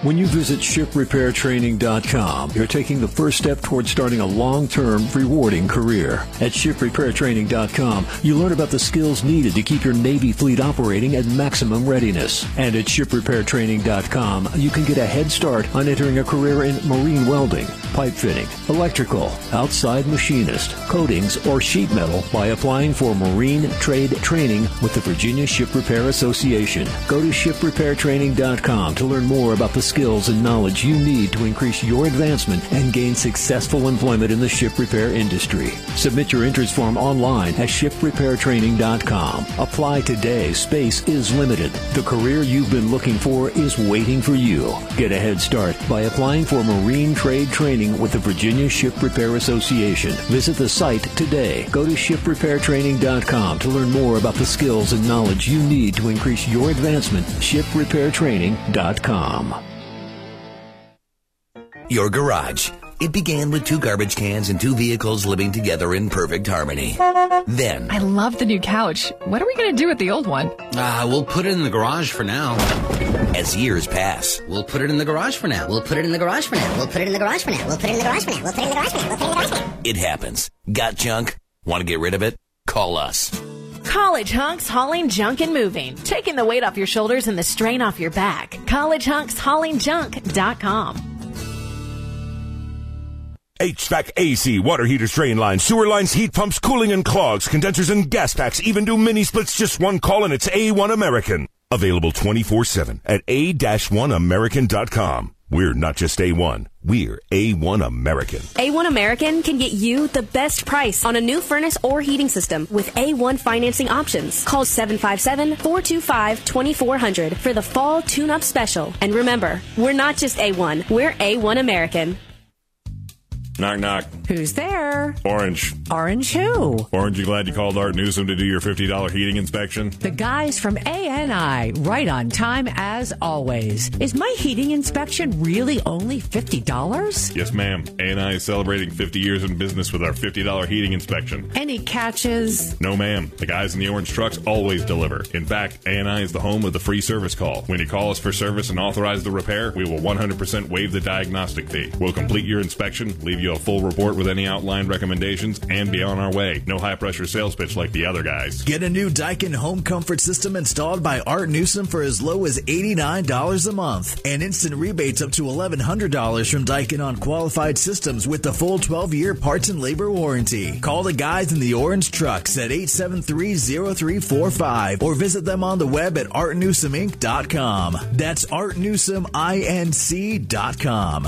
When you visit shiprepairtraining.com, you're taking the first step toward starting a long-term, rewarding career. At shiprepairtraining.com, you learn about the skills needed to keep your Navy fleet operating at maximum readiness. And at shiprepairtraining.com, you can get a head start on entering a career in marine welding, pipe fitting, electrical, outside machinist, coatings, or sheet metal by applying for marine trade training with the Virginia Ship Repair Association. Go to shiprepairtraining.com to learn more about the skills and knowledge you need to increase your advancement and gain successful employment in the ship repair industry. Submit your interest form online at shiprepairtraining.com. Apply today. Space is limited. The career you've been looking for is waiting for you. Get a head start by applying for marine trade training with the Virginia Ship Repair Association. Visit the site today. Go to shiprepairtraining.com to learn more about the skills and knowledge you need to increase your advancement. shiprepairtraining.com.
Your garage. It began with two garbage cans and two vehicles living together in perfect harmony. Then,
I love the new couch. What are we going to do with the old one?
uh, we'll put it in the garage for now. As years pass, we'll put it in the garage for now. We'll put it in the garage for now. We'll put it in the garage for now. We'll put it in the garage for now. We'll put it in the garage for now. We'll put it in the garage for now. It happens. Got junk? Want to get rid of it? Call us.
College Hunks Hauling Junk and Moving. Taking the weight off your shoulders and the strain off your back. CollegeHunksHaulingJunk.com.
HVAC, AC, water heaters, drain lines, sewer lines, heat pumps, cooling and clogs, condensers and gas packs, even do mini splits. Just one call and it's A1 American. Available 24-7 at a-1american.com. We're not just A1. We're A1 American.
A1 American can get you the best price on a new furnace or heating system with A1 financing options. Call 757 425 2400 for the fall tune up special. And remember, we're not just A1, we're A1 American.
Knock, knock.
Who's there?
Orange.
Orange who?
Orange, you glad you called Art Newsom to do your $50 heating inspection?
The guys from ANI, right on time as always. Is my heating inspection really only $50?
Yes, ma'am. A&I is celebrating 50 years in business with our $50 heating inspection.
Any catches?
No, ma'am. The guys in the orange trucks always deliver. In fact, A&I is the home of the free service call. When you call us for service and authorize the repair, we will 100% waive the diagnostic fee. We'll complete your inspection, leave you a full report with any outlined recommendations, and be on our way. No high pressure sales pitch like the other guys.
Get a new Daikin home comfort system installed by Art Newsom for as low as $89 a month and instant rebates up to $1,100 from Daikin on qualified systems with the full 12 year parts and labor warranty. Call the guys in the orange trucks at 873-0345 or visit them on the web at artnewsominc.com. That's artnewsominc.com.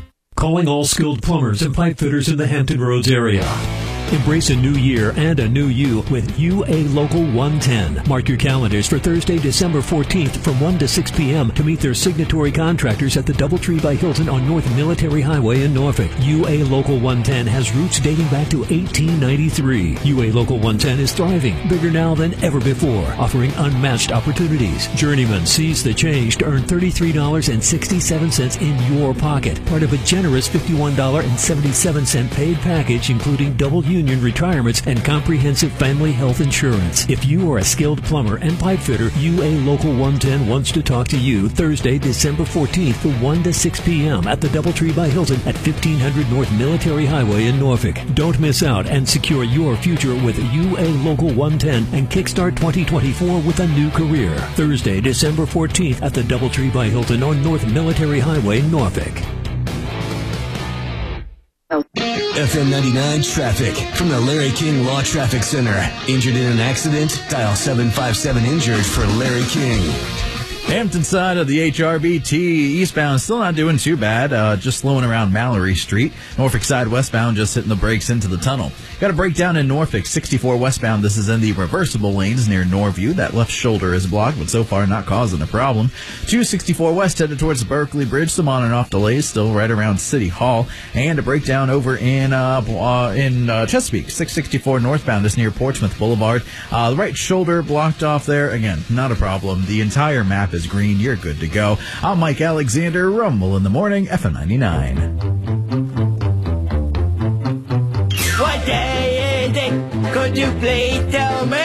Calling all skilled plumbers and pipe fitters in the Hampton Roads area. Embrace a new year and a new you with UA Local 110. Mark your calendars for Thursday, December 14th from 1 to 6 p.m. to meet their signatory contractors at the Doubletree by Hilton on North Military Highway in Norfolk. UA Local 110 has roots dating back to 1893. UA Local 110 is thriving, bigger now than ever before, offering unmatched opportunities. Journeyman sees the change to earn $33.67 in your pocket, part of a generous $51.77 paid package including double use union retirements, and comprehensive family health insurance. If you are a skilled plumber and pipe fitter, UA Local 110 wants to talk to you Thursday, December 14th from 1 to 6 p.m. at the Doubletree by Hilton at 1500 North Military Highway in Norfolk. Don't miss out and secure your future with UA Local 110 and kickstart 2024 with a new career. Thursday, December 14th at the Doubletree by Hilton on North Military Highway, Norfolk.
FM 99 traffic from the Larry King Law Traffic Center. Injured in an accident? Dial 757 injured for Larry King.
Hampton side of the HRBT eastbound still not doing too bad, uh, just slowing around Mallory Street. Norfolk side westbound just hitting the brakes into the tunnel. Got a breakdown in Norfolk 64 westbound. This is in the reversible lanes near Norview. That left shoulder is blocked, but so far not causing a problem. 264 west headed towards Berkeley Bridge. Some on and off delays still right around City Hall, and a breakdown over in uh, uh, in uh, Chesapeake 664 northbound. This near Portsmouth Boulevard. Uh, the right shoulder blocked off there again. Not a problem. The entire map is green. You're good to go. I'm Mike Alexander. Rumble in the morning. FM 99.
What day is it? Could you please tell me?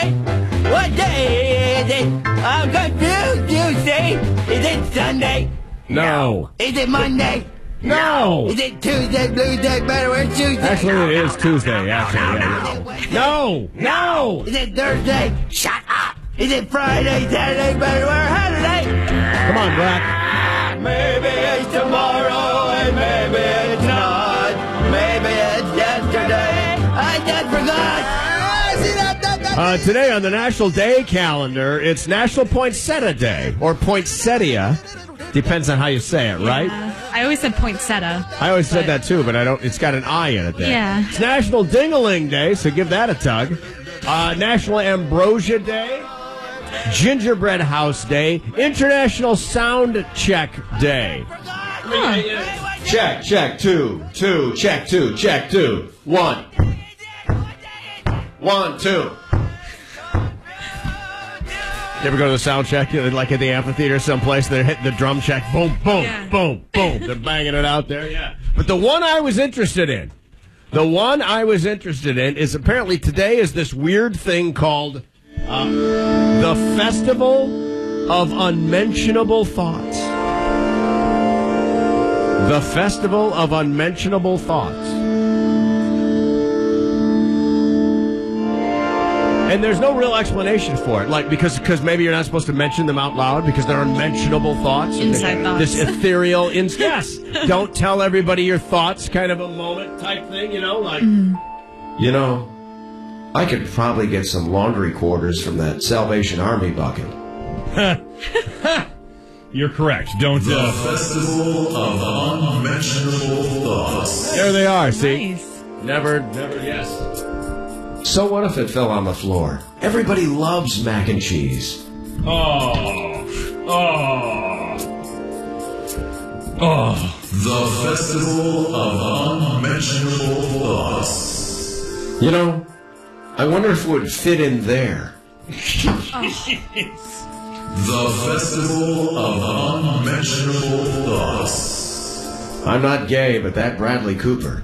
What day is it? I'm confused, you see. Is it Sunday?
No.
Is it Monday?
No.
Is it Tuesday, Blue Day, Better or Tuesday?
Actually, it is Tuesday. Actually, yeah.
No! No! Is it Thursday? Shut up! Is it Friday, Saturday, Friday, or holiday? Come on, Black. Maybe it's tomorrow, and maybe it's not. Maybe it's yesterday. I just forgot.
Uh, today on the National Day calendar, it's National Poinsettia Day or Poinsettia. Depends on how you say it, right?
Uh, I always said poinsettia.
I always said that too, but I don't. It's got an I in it. There.
Yeah.
It's National Dingaling Day, so give that a tug. Uh, National Ambrosia Day, Gingerbread House Day, International Sound Check Day. Check, check, two, two, check, two, check, two, one, one, two. You ever go to the sound check, you know, like at the amphitheater someplace, they're hitting the drum check, boom, boom, boom, boom. They're banging it out there, yeah. But the one I was interested in, the one I was interested in is apparently today is this weird thing called uh, the Festival of Unmentionable Thoughts. The Festival of Unmentionable Thoughts. And there's no real explanation for it, like because because maybe you're not supposed to mention them out loud because they're unmentionable thoughts,
Inside thoughts.
This ethereal, in- yes, don't tell everybody your thoughts, kind of a moment type thing, you know, like
You know, I could probably get some laundry quarters from that Salvation Army bucket.
You're correct. Don't. uh,
The
Festival of Unmentionable Thoughts.
there they are. See, never, never, yes.
So what if it fell on the floor? Everybody loves mac and cheese.
Oh. Oh.
Oh.
The Festival of Unmentionable Thoughts.
You know, I wonder if it would fit in there.
Oh.
The Festival of Unmentionable Thoughts.
I'm not gay, but that Bradley Cooper.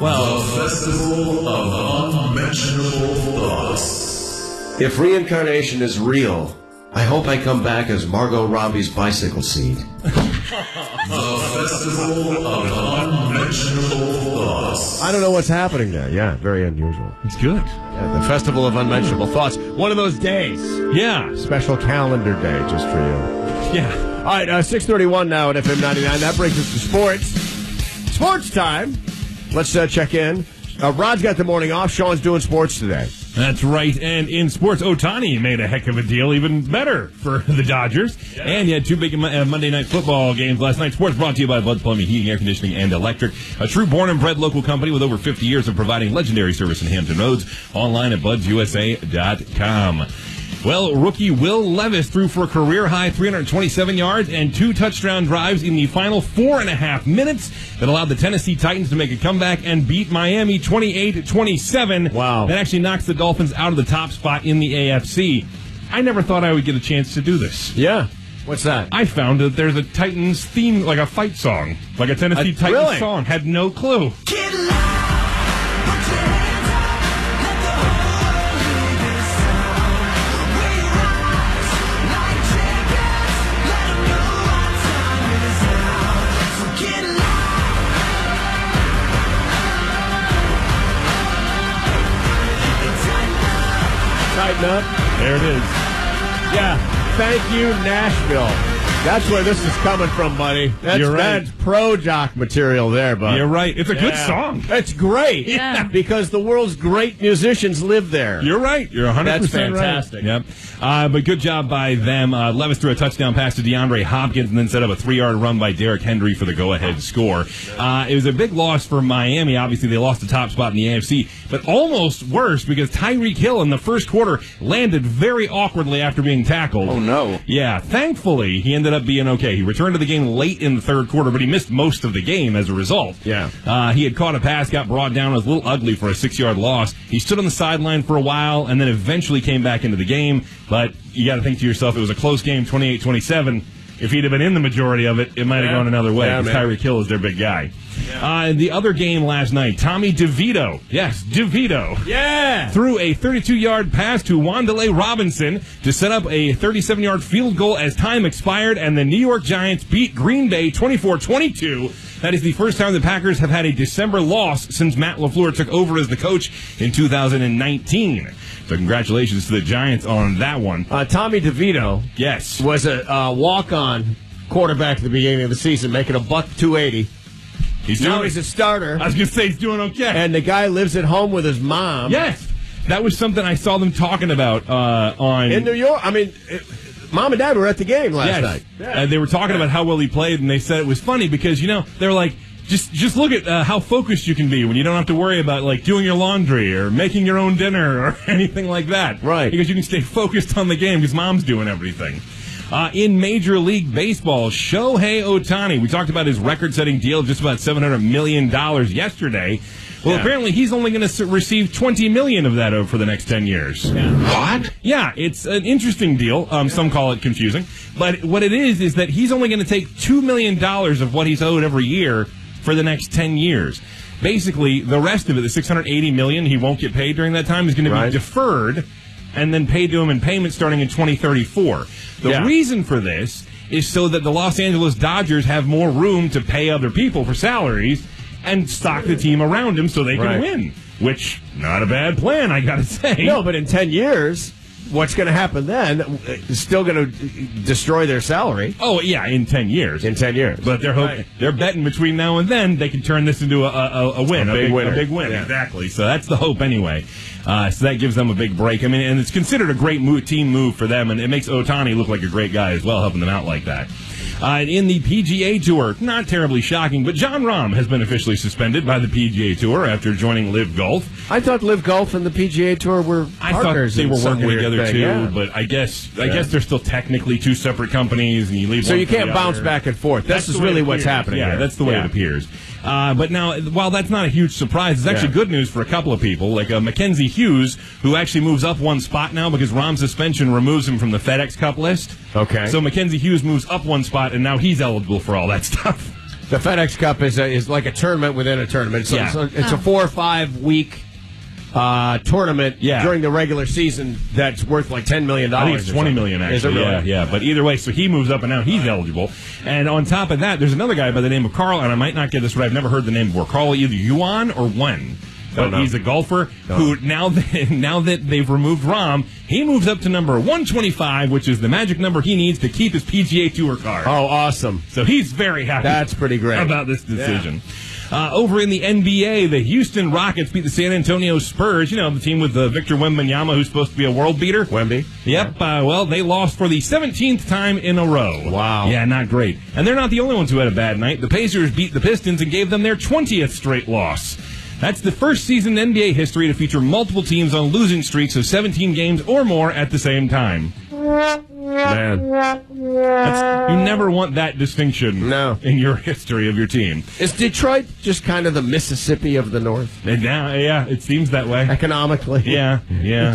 Well, the Festival of Unmentionable Thoughts.
If reincarnation is real, I hope I come back as Margot Robbie's bicycle seat.
The Festival of Unmentionable Thoughts.
I don't know what's happening there. Yeah, very unusual. It's good. the Festival of Unmentionable Thoughts. One of those days. Yeah. Special calendar day just for you. Yeah. All right, uh, 631 now at FM 99. That brings us to sports. Sports time. Let's uh, check in. Uh, Rod's got the morning off. Sean's doing sports today.
That's right. And in sports, Otani made a heck of a deal, even better for the Dodgers. And he had two big uh, Monday night football games last night. Sports brought to you by Blood Plumbing, Heating, Air Conditioning, and Electric. A true born and bred local company with over 50 years of providing legendary service in Hampton Roads. Online at BudsUSA.com. Well, rookie Will Levis threw for a career high 327 yards and two touchdown drives in the final four and a half minutes that allowed the Tennessee Titans to make a comeback and beat Miami 28 27. Wow. That actually knocks the Dolphins out of the top spot in the AFC. I never thought I would get a chance to do this.
Yeah. What's that?
I found that there's a Titans theme, like a fight
Uh,
song, like a Tennessee
A-
Titans
really?
song. Had no clue.
tighten up. There it is. Yeah. Thank you, Nashville. That's where this is coming from, buddy. That's,
You're right.
that's pro doc material there, buddy.
You're right. It's a good song.
It's great.
Yeah.
Because the world's great musicians live there.
You're right. You're 100
That's
percent
fantastic.
Yep. Uh, but good job by them. Uh, Levis threw a touchdown pass to DeAndre Hopkins and then set up a three-yard run by Derrick Henry for the go-ahead score. Uh, it was a big loss for Miami. Obviously, they lost the top spot in the AFC, but almost worse because Tyreek Hill in the first quarter landed very awkwardly after being tackled. Oh no. Yeah. Thankfully, he ended up being okay. He returned to the game late in the third quarter, but he missed most of the game as a result. Yeah. Uh, he had caught a pass, got brought down, was a little ugly for a six yard loss. He stood on the sideline for a while and then eventually came back into the game. But you got to think to yourself, it was a close game, 28 27. If he'd have been in the majority of it, it might have
Yeah.
gone another way.
Yeah,
'cause
man.
Tyreek Hill is their big guy. Uh, the other game last night, Tommy DeVito. Yes, DeVito. Yeah. Threw a 32 yard pass to Wandale Robinson to set up a 37 yard field goal as time expired, and the New York Giants beat Green Bay 24 22. That is the first time the Packers have had a December loss since Matt LaFleur took over as the coach in 2019. So, congratulations to the Giants on that one.
Uh, Tommy DeVito.
Yes.
Was a uh, walk on quarterback at the beginning of the season, making a buck 280.
He's
now
doing-
he's a starter.
I was going to say he's doing okay.
And the guy lives at home with his mom.
Yes. That was something I saw them talking about uh, on
In New York, I mean, it, mom and dad were at the game last
yes.
night.
Uh, they were talking about how well he played, and they said it was funny because you know they were like, just just look at uh, how focused you can be when you don't have to worry about like doing your laundry or making your own dinner or anything like that. Right. Because you can stay focused on the game because mom's doing everything. Uh, in Major League Baseball, Shohei Otani, we talked about his record setting deal of just about $700 million yesterday. Well,
Yeah.
apparently he's only going to receive 20 million of that over for the next 10 years. What? Yeah, it's an interesting deal. Um, Some call it confusing. But what it is, is that he's only going to take $2 million of what he's owed every year for the next 10 years. Basically, the rest of it, the 680 million he won't get paid during that time, is going to be deferred and then paid to him in payments starting in 2034. The reason for this is so that the Los Angeles Dodgers have more room to pay other people for salaries and stock the team around him so they can
Right.
win, which not a bad plan, I gotta say.
No, but in 10 years, what's going to happen then uh, is still going to destroy their salary.
Oh yeah, in ten years.
In ten years,
But they're hoping
Right.
they're betting between now and then they can turn this into a, a, a- a win,
A big winner.
a big win.
Yeah.
Exactly. So that's the hope anyway. Uh, so that gives them a big break. I mean, and it's considered a great move, team move for them, and it makes Otani look like a great guy as well, helping them out like that. Uh, and in the PGA Tour, not terribly shocking, but John Rahm has been officially suspended by the PGA Tour after joining Live Golf.
I thought Live Golf and the PGA Tour were
I thought
partners
they
in
were
some
working
weird
together
thing,
too,
yeah.
but I guess I
Yeah.
guess they're still technically two separate companies, and you leave.
So
one
you
for the
can't bounce
other.
back and forth. This
That's
is
the way
really
it
what's
appears.
happening
Yeah,
here.
that's the way
Yeah.
it appears. Uh, but now, while that's not a huge surprise, it's actually
Yeah.
good news for a couple of people, like uh, Mackenzie Hughes, who actually moves up one spot now because Rom's suspension removes him from the FedEx Cup list.
Okay.
So Mackenzie Hughes moves up one spot, and now he's eligible for all that stuff.
The FedEx Cup is a, is like a tournament within a tournament. So
Yeah.
it's, a, it's
Oh.
a four or five week uh, tournament
Yeah.
during the regular season that's worth like ten million
I
dollars.
think it's twenty million
Is it
actually.
really?
Yeah, yeah. But either way, so he moves up and now he's eligible. And on top of that, there's another guy by the name of Carl, and I might not get this right. I've never heard the name before. Carl either Yuan or Wen. But
Don't know.
he's a golfer
Don't
who now that now that they've removed Rom, he moves up to number 125, which is the magic number he needs to keep his PGA Tour card.
Oh, awesome!
So he's very happy.
That's pretty great
about this decision. Uh, over in the NBA, the Houston Rockets beat the San Antonio Spurs. You know the team with uh, Victor Wembanyama, who's supposed to be a world beater.
Wemby.
Yep. Uh, well, they lost for the 17th time in a row. Wow. Yeah, not great. And they're not the only ones who had a bad night. The Pacers beat the Pistons and gave them their 20th straight loss. That's the first season in NBA history to feature multiple teams on losing streaks of 17 games or more at the same time. Man. That's- you never want that distinction no. in your history of your team.
Is Detroit just kind of the Mississippi of the North?
And now, yeah, it seems that way.
Economically.
Yeah, yeah.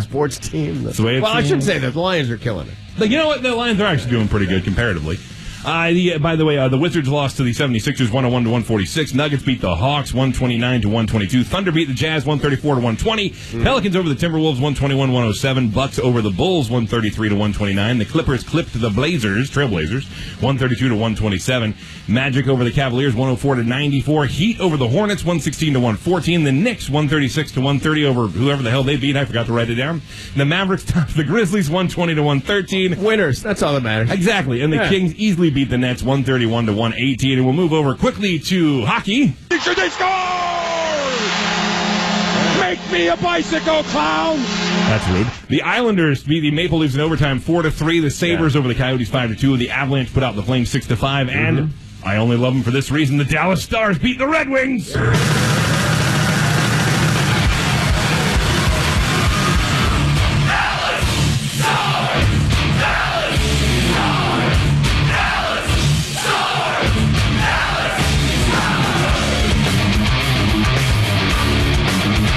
Sports team.
That's the way it
well, I
seems.
shouldn't say that. The Lions are killing it.
But you know what? The Lions are actually doing pretty good comparatively. Uh, the, by the way, uh, the Wizards lost to the 76ers 101 to 146. Nuggets beat the Hawks 129 to 122. Thunder beat the Jazz 134 to 120. Pelicans over the Timberwolves 121 107. Bucks over the Bulls 133 to 129. The Clippers clipped the Blazers, Trailblazers 132 to 127. Magic over the Cavaliers 104 to 94. Heat over the Hornets 116 to 114. The Knicks 136 to 130 over whoever the hell they beat. I forgot to write it down. The Mavericks topped the Grizzlies 120 to 113.
Winners. That's all that matters.
Exactly. And the
Yeah.
Kings easily beat the Nets 131 to 118. And we'll move over quickly to hockey.
Should they score? Make me a bicycle clown.
That's rude. The Islanders beat the Maple Leafs in overtime four to three. The Sabers over the Coyotes five to two. The Avalanche put out the Flames six to 5 And I only love them for this reason: the Dallas Stars beat the Red Wings.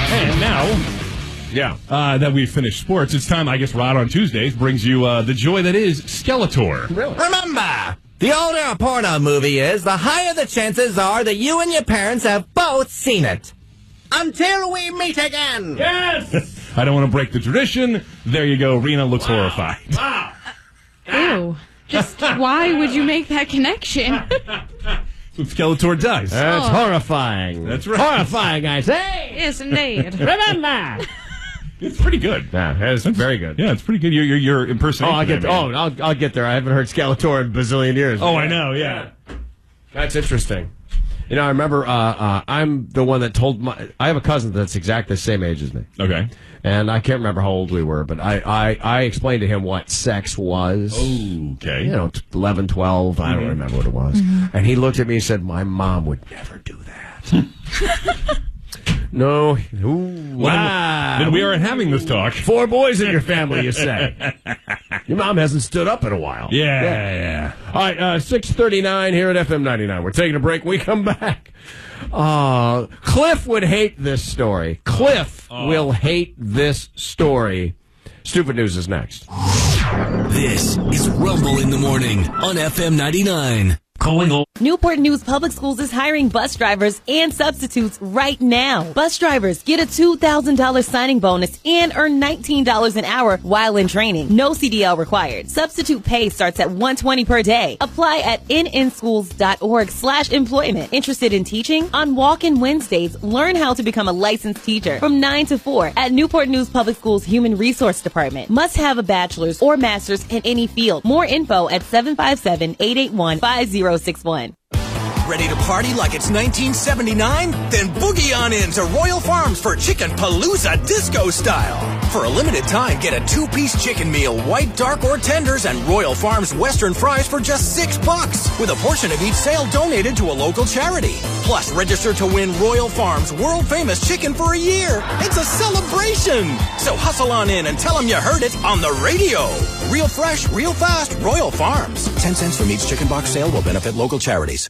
And now. Yeah. Uh, that we've finished sports, it's time, I guess, Rod on Tuesdays brings you uh, the joy that is Skeletor.
Remember, the older a porno movie is, the higher the chances are that you and your parents have both seen it. Until we meet again. Yes.
I don't want to break the tradition. There you go. Rena looks horrified.
Ew. Just why would you make that connection?
That's what Skeletor does.
That's
Oh.
horrifying.
That's right.
Horrifying, I say.
yes, indeed.
Remember.
It's pretty good.
Yeah, that's very good.
Yeah, it's pretty good. Your your, your
Oh,
impersonation.
I'll get.
I mean.
Oh, I'll, I'll get there. I haven't heard Skeletor in a bazillion years.
Oh, I know. Yeah.
That's interesting. You know, I remember uh, uh, I'm the one that told my. I have a cousin that's exactly the same age as me.
Okay.
And I can't remember how old we were, but I, I, I explained to him what sex was.
Okay.
You know, t- 11, 12. I don't
Mhm.
remember what it was.
Mhm.
And he looked at me and said, My mom would never do that. no. Ooh, wow.
then we aren't having this talk.
Four boys in your family, you say. Your mom hasn't stood up in a while.
Yeah,
All right, uh, six thirty-nine here at FM ninety-nine. We're taking a break. We come back. Uh, Cliff would hate this story. Cliff
Oh,
will hate this story. Stupid news is next.
This is Rumble in the Morning on FM 99. Calling all.
Newport News Public Schools is hiring bus drivers and substitutes right now. Bus drivers get a $2,000 signing bonus and earn $19 an hour while in training. No CDL required. Substitute pay starts at 120 per day. Apply at nninschools.org slash employment. Interested in teaching? On walk-in Wednesdays, learn how to become a licensed teacher from 9 to 4 at Newport News Public Schools Human Resource Department. Must have a bachelor's or master's in any field. More info at 757-881-5061.
Ready to party like it's 1979? Then boogie on in to Royal Farms for Chicken Palooza Disco Style. For a limited time, get a two-piece chicken meal, white, dark, or tenders, and Royal Farms Western fries for just six bucks, with a portion of each sale donated to a local charity. Plus, register to win Royal Farms world-famous chicken for a year. It's a celebration! So hustle on in and tell them you heard it on the radio. Real fresh, real fast, Royal Farms. 10 cents from each chicken box sale will benefit local charities.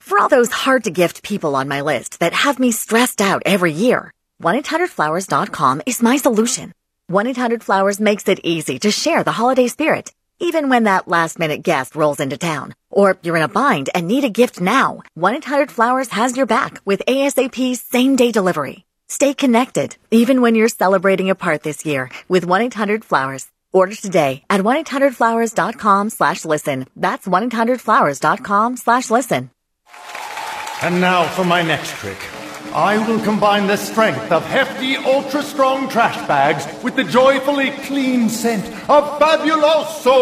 For all those hard to gift people on my list that have me stressed out every year, 1-800-Flowers.com is my solution. 1-800-Flowers makes it easy to share the holiday spirit, even when that last minute guest rolls into town. Or you're in a bind and need a gift now, 1-800-Flowers has your back with ASAP same day delivery. Stay connected, even when you're celebrating apart this year with 1-800-Flowers. Order today at 1-800-Flowers.com slash listen. That's 1-800-Flowers.com slash listen.
And now for my next trick. I will combine the strength of hefty, ultra strong trash bags with the joyfully clean scent of Fabuloso!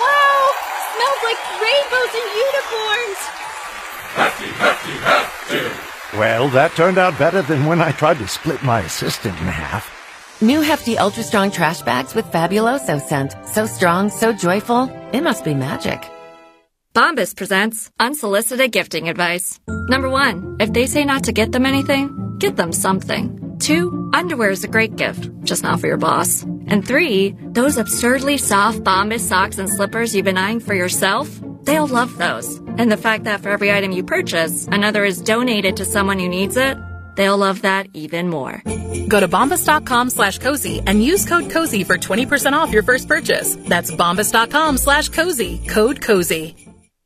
Wow! Smells like rainbows and unicorns.
Well, that turned out better than when I tried to split my assistant in half.
New hefty ultra strong trash bags with Fabuloso scent. So strong, so joyful. It must be magic.
Bombas presents unsolicited gifting advice. Number one, if they say not to get them anything, get them something. Two, underwear is a great gift, just not for your boss. And three, those absurdly soft Bombas socks and slippers you've been eyeing for yourself, they'll love those. And the fact that for every item you purchase, another is donated to someone who needs it, they'll love that even more.
Go to bombas.com slash cozy and use code cozy for 20% off your first purchase. That's bombas.com slash cozy, code cozy.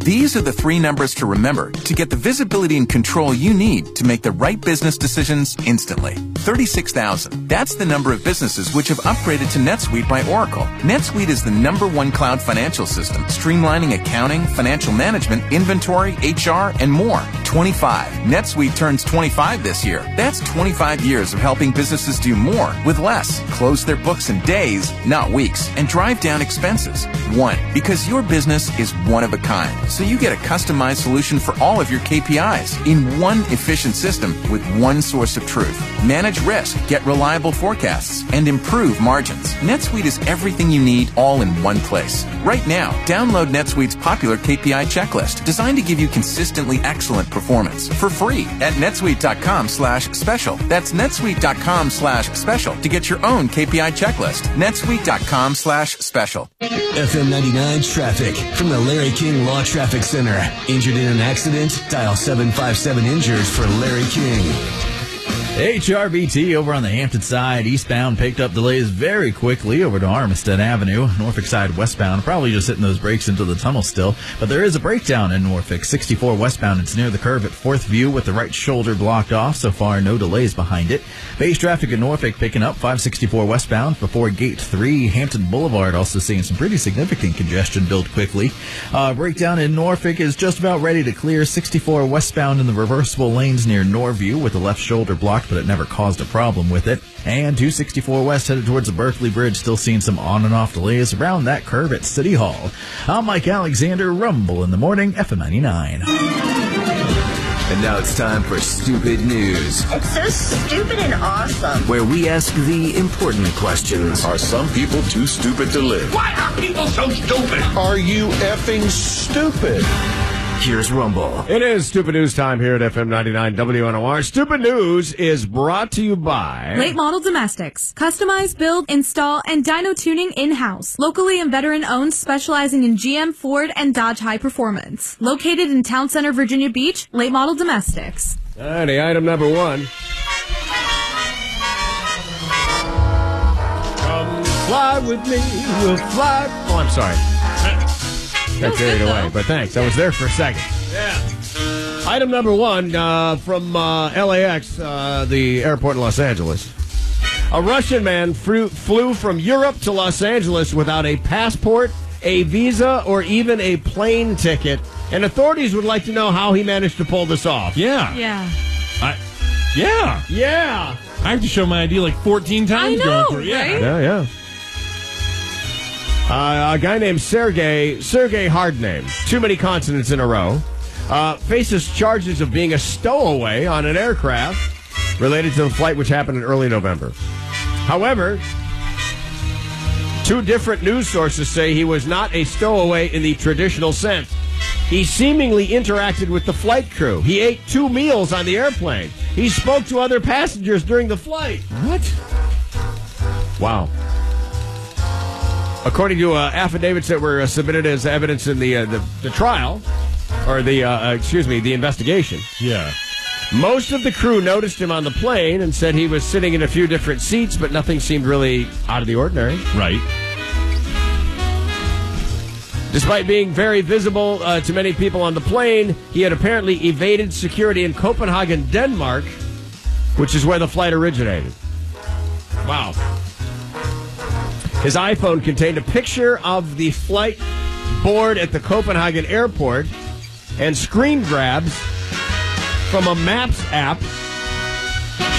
These are the three numbers to remember to get the visibility and control you need to make the right business decisions instantly. 36,000. That's the number of businesses which have upgraded to NetSuite by Oracle. NetSuite is the number one cloud financial system, streamlining accounting, financial management, inventory, HR, and more. 25. NetSuite turns 25 this year. That's 25 years of helping businesses do more with less, close their books in days, not weeks, and drive down expenses. One, because your business is one of a kind, so you get a customized solution for all of your KPIs in one efficient system with one source of truth. Manage risk, get reliable forecasts, and improve margins. NetSuite is everything you need all in one place. Right now, download NetSuite's popular KPI checklist designed to give you consistently excellent performance for free at netsuite.com slash special. That's netsuite.com slash special to get your own KPI checklist. netsuite.com slash special.
FM 99 traffic from the Larry King Law Traffic Center. Injured in an accident? Dial 757 injured for Larry King.
HRBT over on the Hampton side, eastbound picked up delays very quickly over to Armistead Avenue. Norfolk side westbound, probably just hitting those brakes into the tunnel still. But there is a breakdown in Norfolk. 64 westbound, it's near the curve at 4th View with the right shoulder blocked off. So far, no delays behind it. Base traffic in Norfolk picking up 564 westbound before Gate 3. Hampton Boulevard also seeing some pretty significant congestion build quickly. Uh, breakdown in Norfolk is just about ready to clear. 64 westbound in the reversible lanes near Norview with the left shoulder blocked, but it never caused a problem with it. And 264 west headed towards the Berkeley Bridge, still seeing some on and off delays around that curve at City Hall. I'm Mike Alexander, Rumble in the Morning, FM 99.
And now it's time for Stupid News,
It's so stupid and awesome.
where we ask the important questions. Are some people too stupid to live?
Why are people so stupid?
Are you effing stupid? Here's Rumble.
It is Stupid News time here at FM 99 WNOR. Stupid News is brought to you by.
Late model domestics. Customize, build, install, and dyno tuning in house. Locally and veteran owned, specializing in GM, Ford, and Dodge high performance. Located in Town Center, Virginia Beach, late model domestics.
Alrighty, item number one. Come fly with me, we'll fly. Oh, I'm sorry. Got carried away, but thanks. I was there for a second.
Yeah.
Item number one uh, from uh, LAX, uh, the airport in Los Angeles. A Russian man flew, flew from Europe to Los Angeles without a passport, a visa, or even a plane ticket. And authorities would like to know how he managed to pull this off.
Yeah.
Yeah.
I, yeah.
Yeah.
I have to show my ID like 14 times
I
going
know,
through. Yeah.
right?
Yeah, yeah. Uh, a guy named Sergey Sergey Hardname. Too many consonants in a row. Uh, faces charges of being a stowaway on an aircraft related to the flight which happened in early November. However, two different news sources say he was not a stowaway in the traditional sense. He seemingly interacted with the flight crew. He ate two meals on the airplane. He spoke to other passengers during the flight. What? Wow. According to uh, affidavits that were uh, submitted as evidence in the, uh, the the trial, or the uh, uh, excuse me, the investigation.
Yeah.
Most of the crew noticed him on the plane and said he was sitting in a few different seats, but nothing seemed really out of the ordinary.
Right.
Despite being very visible uh, to many people on the plane, he had apparently evaded security in Copenhagen, Denmark, which is where the flight originated. Wow. His iPhone contained a picture of the flight board at the Copenhagen airport and screen grabs from a maps app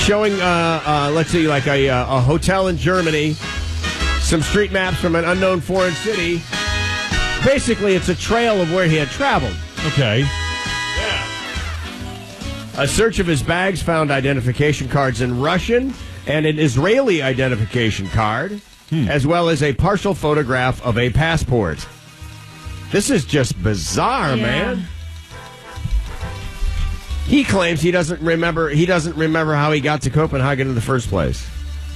showing, uh, uh, let's see, like a, uh, a hotel in Germany, some street maps from an unknown foreign city. Basically, it's a trail of where he had traveled.
Okay.
A search of his bags found identification cards in Russian and an Israeli identification card,
Hmm.
as well as a partial photograph of a passport. This is just bizarre,
Yeah.
man. He claims he doesn't remember he doesn't remember how he got to Copenhagen in the first place.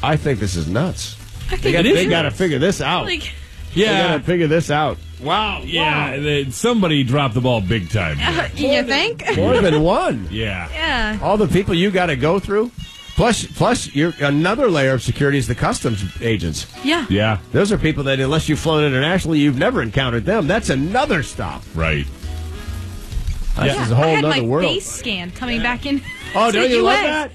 I think this is nuts. they
think
got,
it is
they got to
nuts.
figure this out.
Like,
Yeah.
They got to figure this out.
Wow. Yeah. they- somebody dropped the ball big time.
uh, you think?
More than one.
Yeah.
yeah.
All the people you got to go through. Plus, plus, you're, another layer of security is the customs agents.
Yeah.
Yeah.
Those are people that, unless you've flown internationally, you've never encountered them. That's another stop.
Right.
This
Yeah,
is a whole
I had
other
my
world.
face scanned coming back in.
Oh,
to
don't
the
you love
US.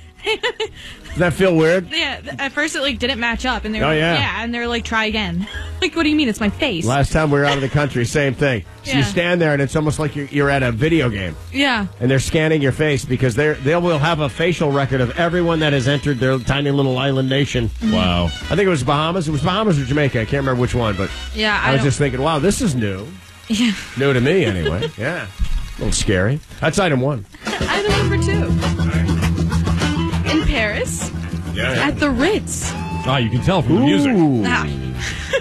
Does that feel weird?
Yeah, th- at first it like didn't match up, and they were
Oh,
like,
yeah.
and they're like, try again. like, what do you mean? It's my face.
Last time we were out of the country, same thing. So you
Yeah.
stand there, and it's almost like you're, you're at a video game,
yeah,
and they're scanning your face because they they will have a facial record of everyone that has entered their tiny little island nation.
Wow.
I think it was Bahamas. It was Bahamas or Jamaica. I can't remember which one, but
yeah. I,
I was
don't-
just thinking, wow, this is new.
yeah.
New to me, anyway. yeah. A little scary. That's item one.
Item number two. In Paris,
Yeah.
at the Ritz.
Oh, you can tell from the music.
Ah.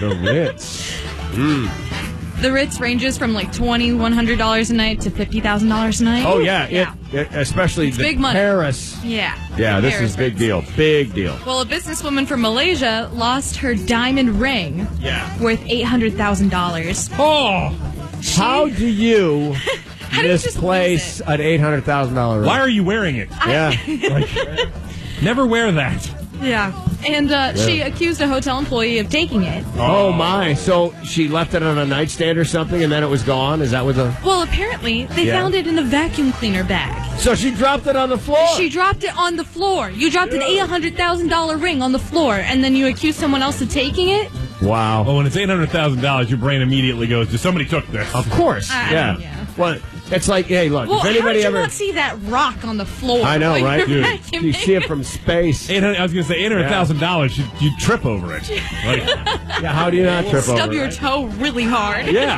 the Ritz.
Hmm.
The Ritz ranges from like twenty one hundred dollars a night to fifty thousand dollars a night.
Oh yeah, It, it- especially
It's
the
big money.
Paris.
Yeah.
Yeah, this is big deal. Big deal.
Well, a businesswoman from Malaysia lost her diamond ring
Yeah.
worth eight hundred thousand dollars.
Oh,
how do you
do you
misplace an eight hundred thousand dollar?
Why are you wearing it?
Yeah.
Never wear that.
Yeah, and uh,
Yeah.
she accused a hotel employee of taking it.
Oh my! So she left it on a nightstand or something, and then it was gone. Is that what the?
Well, apparently they
Yeah.
found it in a vacuum cleaner bag.
So she dropped it on the floor.
She dropped it on the floor. You dropped an eight hundred thousand dollar ring on the floor, and then you accuse someone else of taking it.
Wow.
Well, when it's eight hundred thousand dollars, your brain immediately goes to somebody took this. Ah, Of
course.
I-
yeah. Well, it's like, hey, look.
Well,
if
how did
anybody
you
ever,
not see that rock on the floor?
I know,
Like,
right?
you're
Dude,
vacuuming.
you see it from space.
Eight hundred. I was going to say eight hundred thousand dollars. You you trip over it. Like,
yeah. How do you not trip
Stub
over?
your
it?
toe really hard.
Yeah.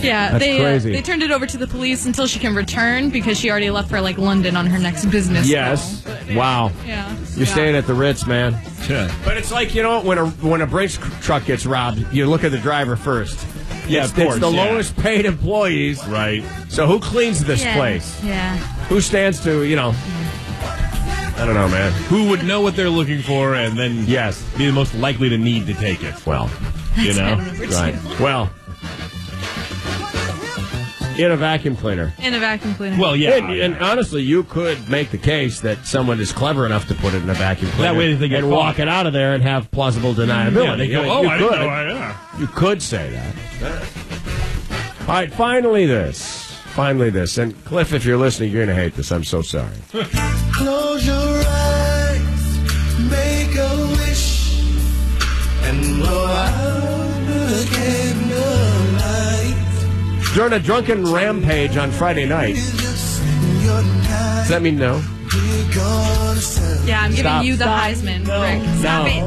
yeah.
That's
they
crazy.
Uh, they turned it over to the police until she can return because she already left for like London on her next business.
Yes. Wow.
Yeah.
You're staying at the Ritz, man.
Yeah.
But it's like you know when a when a brakes cr- truck gets robbed, you look at the driver first.
Yeah,
it's,
of course,
it's the
yeah.
lowest paid employees,
right?
So who cleans this
Yeah,
place?
Yeah.
Who stands to you know? I don't know, man.
Who would know what they're looking for and then
yes,
be the most likely to need to take it?
Well,
you know,
Right. Well, in a vacuum cleaner.
In a vacuum cleaner.
and, and honestly, you could make the case that someone is clever enough to put it in a vacuum cleaner.
That way they get
and
caught.
walk it out of there and have plausible deniability.
Yeah, they
You
go,
know,
"Oh,
you
I
could.
didn't know I- yeah."
You could say that. All right, finally this. Finally this. And Cliff, if you're listening, you're going to hate this. I'm so sorry.
Close your eyes, make a wish, and blow out the candlelight.
During a drunken rampage on Friday night. Does that mean no?
Yeah, I'm giving
Stop.
you the Heisman, Rick. Stop
No.
it.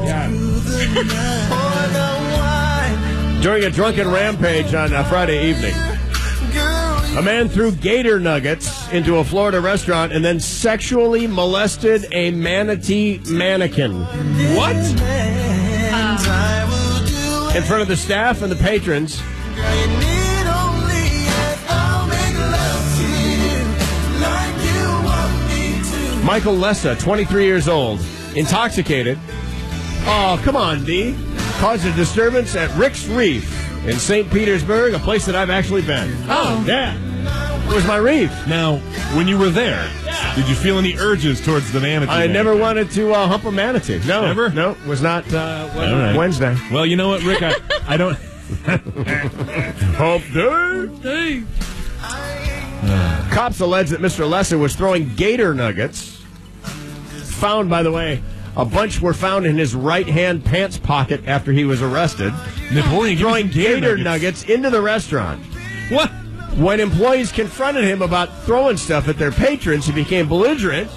During a drunken rampage on a Friday evening, a man threw gator nuggets into a Florida restaurant and then sexually molested a manatee mannequin.
What?
Ah.
In front of the staff and the patrons. Michael Lessa, 23 years old, intoxicated. Oh, come on, D. Caused a disturbance at Rick's Reef in St. Petersburg, a place that I've actually been.
Oh.
Yeah. Where's my reef?
Now, when you were there, did you feel any urges towards the manatee?
I never wanted to uh, hump a manatee. No.
Never?
No, was not uh,
All right.
Wednesday.
Well, you know what, Rick? I, I don't.
Hump day. Cops allege that Mr. Lesser was throwing gator nuggets. Found, by the way, a bunch were found in his right hand pants pocket after he was arrested.
Napoleon give me
throwing
some gator
gator
nuggets.
nuggets into the restaurant.
What?
When employees confronted him about throwing stuff at their patrons, he became belligerent,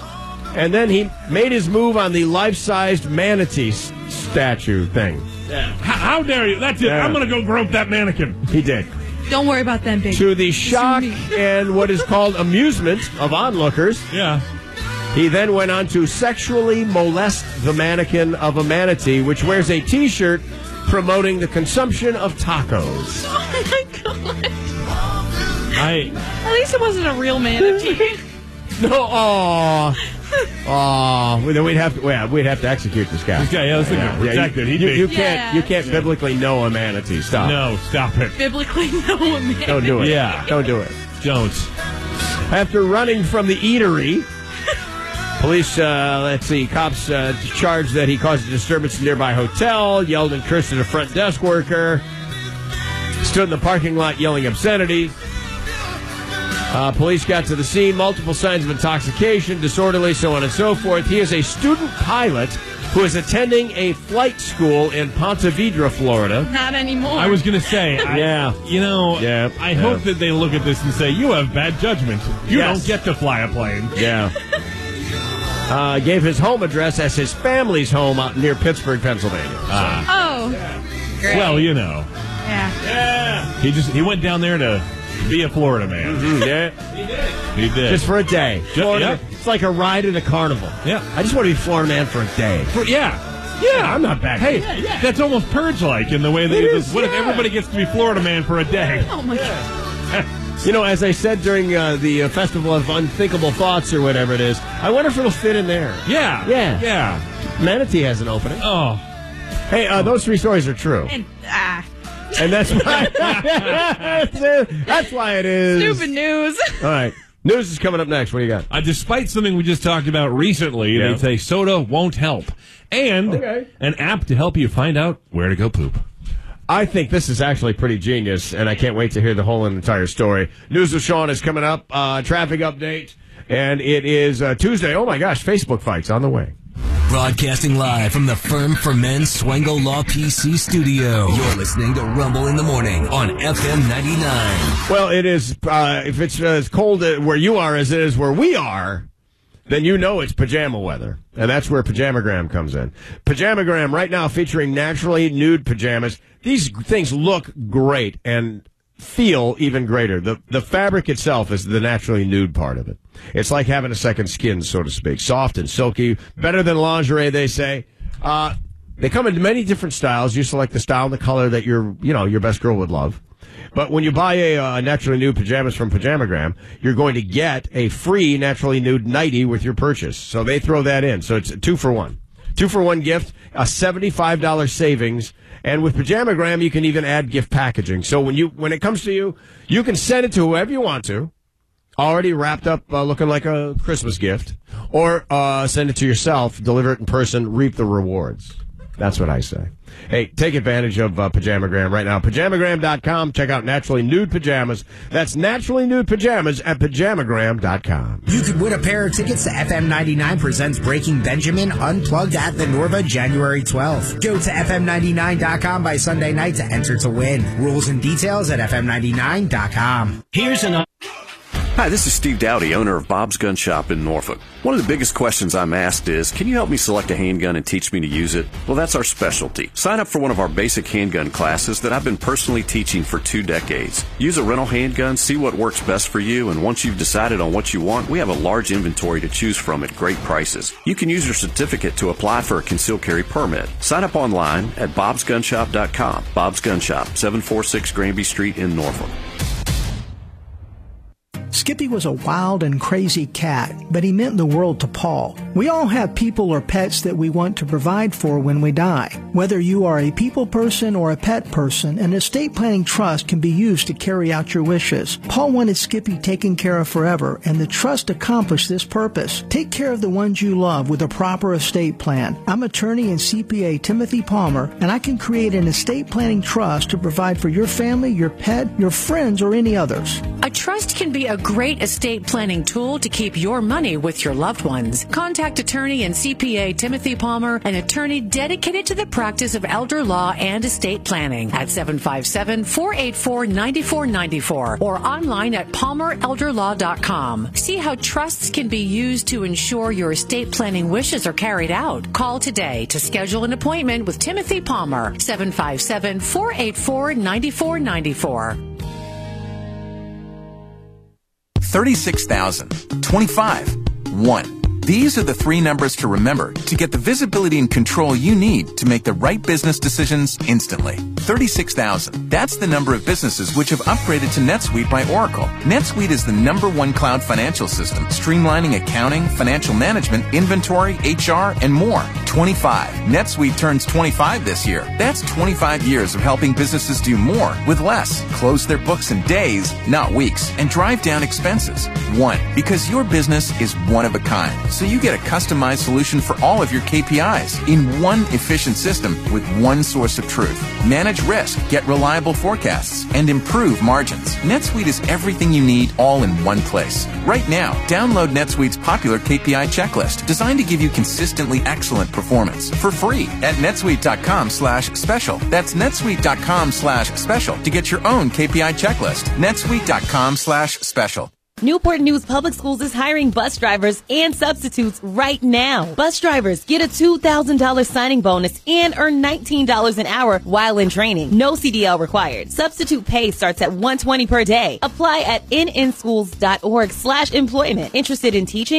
and then he made his move on the life sized manatee s- statue thing.
How, how dare you? That's it.
Yeah.
I'm going to go grope that mannequin.
He did.
Don't worry about them, big.
to the shock and what is called amusement of onlookers. Yeah. He then went on to sexually molest the mannequin of a manatee, which wears a t shirt promoting the consumption of tacos. I.
At least it wasn't a real manatee.
No, aw. Aw. Well, then we'd have to, well, we'd have to execute this guy.
This guy, yeah, this thing would protect
you,
it. He'd
you,
be-
you can't, you
Yeah.
can't biblically know a manatee. Stop.
No,
stop it.
Biblically, no manatee.
Don't do it. Don't do it. Don't. After running from the eatery, police, uh, let's see, cops uh, charged that he caused a disturbance in a nearby hotel, yelled and cursed at a front desk worker, stood in the parking lot yelling obscenities. Uh, police got to the scene, multiple signs of intoxication, disorderly, so on and so forth. He is a student pilot who is attending a flight school in Pontevedra, Florida.
Not anymore.
I was going to say, I,
Yeah.
you know,
Yeah,
I
yeah.
hope that they look at this and say, you have bad judgment. You
Yes.
don't get to fly a plane.
Yeah. uh, gave his home address as his family's home out near Pittsburgh, Pennsylvania. Ah.
Oh. Great.
Well, you know,
yeah.
he just he went down there to be a Florida man.
Mm, Yeah.
He did.
Just for a day.
Ju-
Florida,
yeah.
It's like a ride at a carnival. Yeah. I just want to be Florida man for a day.
yeah. Yeah, I'm not back. Hey, that's almost purge-like in the way that
It
it
is,
is. What if
yeah.
everybody gets to be Florida man for a day?
Oh my god.
You know, as I said during uh, the uh, Festival of Unthinkable Thoughts or whatever it is, I wonder if it'll fit in there.
Yeah.
Yeah.
Yeah.
Manatee has an opening.
Oh.
Hey, uh, those three stories are true.
And ah,
And that's why, that's why it is.
stupid news.
All right. News is coming up next. What do you got?
Uh, despite something we just talked about recently,
Yeah.
they say soda won't help. And an app to help you find out where to go poop.
I think this is actually pretty genius, and I can't wait to hear the whole and entire story. News with Sean is coming up. Uh, traffic update, and it is uh, Tuesday. Oh my gosh, Facebook fights on the way.
Broadcasting live from the Firm for Men Swango Law PC studio. You're listening to Rumble in the Morning on FM 99.
Well, it is. Uh, if it's as cold uh, where you are as it is where we are, then you know it's pajama weather, and that's where Pajamagram comes in. Pajamagram right now featuring naturally nude pajamas. These things look great and feel even greater. The the fabric itself is the naturally nude part of it. It's like having a second skin, so to speak, soft and silky, better than lingerie, they say. Uh, they come in many different styles. You select the style and the color that your you know your best girl would love. But when you buy a uh, naturally nude pajamas from Pajamagram, you're going to get a free naturally nude nightie with your purchase. So they throw that in. So it's a two for one. Two for one gift, a $75 savings. And with Pajamagram, you can even add gift packaging. So when you, when it comes to you, you can send it to whoever you want to already wrapped up uh, looking like a Christmas gift, or uh, send it to yourself, deliver it in person, reap the rewards. That's what I say. Hey, take advantage of uh, Pajamagram right now. Pajamagram.com. Check out Naturally Nude Pajamas. That's Naturally Nude Pajamas at Pajamagram.com.
You could win a pair of tickets to FM 99 Presents Breaking Benjamin Unplugged at the Norva January 12th. Go to FM99.com by Sunday night to enter to win. Rules and details at FM99.com. Here's an.
Hi, this is Steve Dowdy, owner of Bob's Gun Shop in Norfolk. One of the biggest questions I'm asked is, can you help me select a handgun and teach me to use it? Well, that's our specialty. Sign up for one of our basic handgun classes that I've been personally teaching for two decades. Use a rental handgun, see what works best for you, and once you've decided on what you want, we have a large inventory to choose from at great prices. You can use your certificate to apply for a concealed carry permit. Sign up online at bobsgunshop.com. Bob's Gun Shop, 746 Granby Street in Norfolk.
Skippy was a wild and crazy cat, but he meant the world to Paul. We all have people or pets that we want to provide for when we die. Whether you are a people person or a pet person, an estate planning trust can be used to carry out your wishes. Paul wanted Skippy taken care of forever, and the trust accomplished this purpose. Take care of the ones you love with a proper estate plan. I'm attorney and CPA Timothy Palmer, and I can create an estate planning trust to provide for your family, your pet, your friends, or any others.
A trust can be a great estate planning tool to keep your money with your loved ones. Contact attorney and CPA Timothy Palmer, an attorney dedicated to the practice of elder law and estate planning at 757-484-9494 or online at palmerelderlaw.com. See how trusts can be used to ensure your estate planning wishes are carried out. Call today to schedule an appointment with Timothy Palmer, 757-484-9494.
36,000, 25, 1. These are the three numbers to remember to get the visibility and control you need to make the right business decisions instantly. 36,000. That's the number of businesses which have upgraded to NetSuite by Oracle. NetSuite is the number one cloud financial system, streamlining accounting, financial management, inventory, HR, and more. 25. NetSuite turns 25 this year. That's 25 years of helping businesses do more with less, close their books in days, not weeks, and drive down expenses. One, because your business is one of a kind. So you get a customized solution for all of your KPIs in one efficient system with one source of truth. Manage risk, get reliable forecasts, and improve margins. NetSuite is everything you need all in one place. Right now, download NetSuite's popular KPI checklist designed to give you consistently excellent performance for free at netsuite.com slash special. That's netsuite.com slash special to get your own KPI checklist. netsuite.com slash special.
Newport News Public Schools is hiring bus drivers and substitutes right now. Bus drivers get a $2,000 signing bonus and earn $19 an hour while in training. No CDL required. Substitute pay starts at 120 per day. Apply at nnschools.org slash employment. Interested in teaching?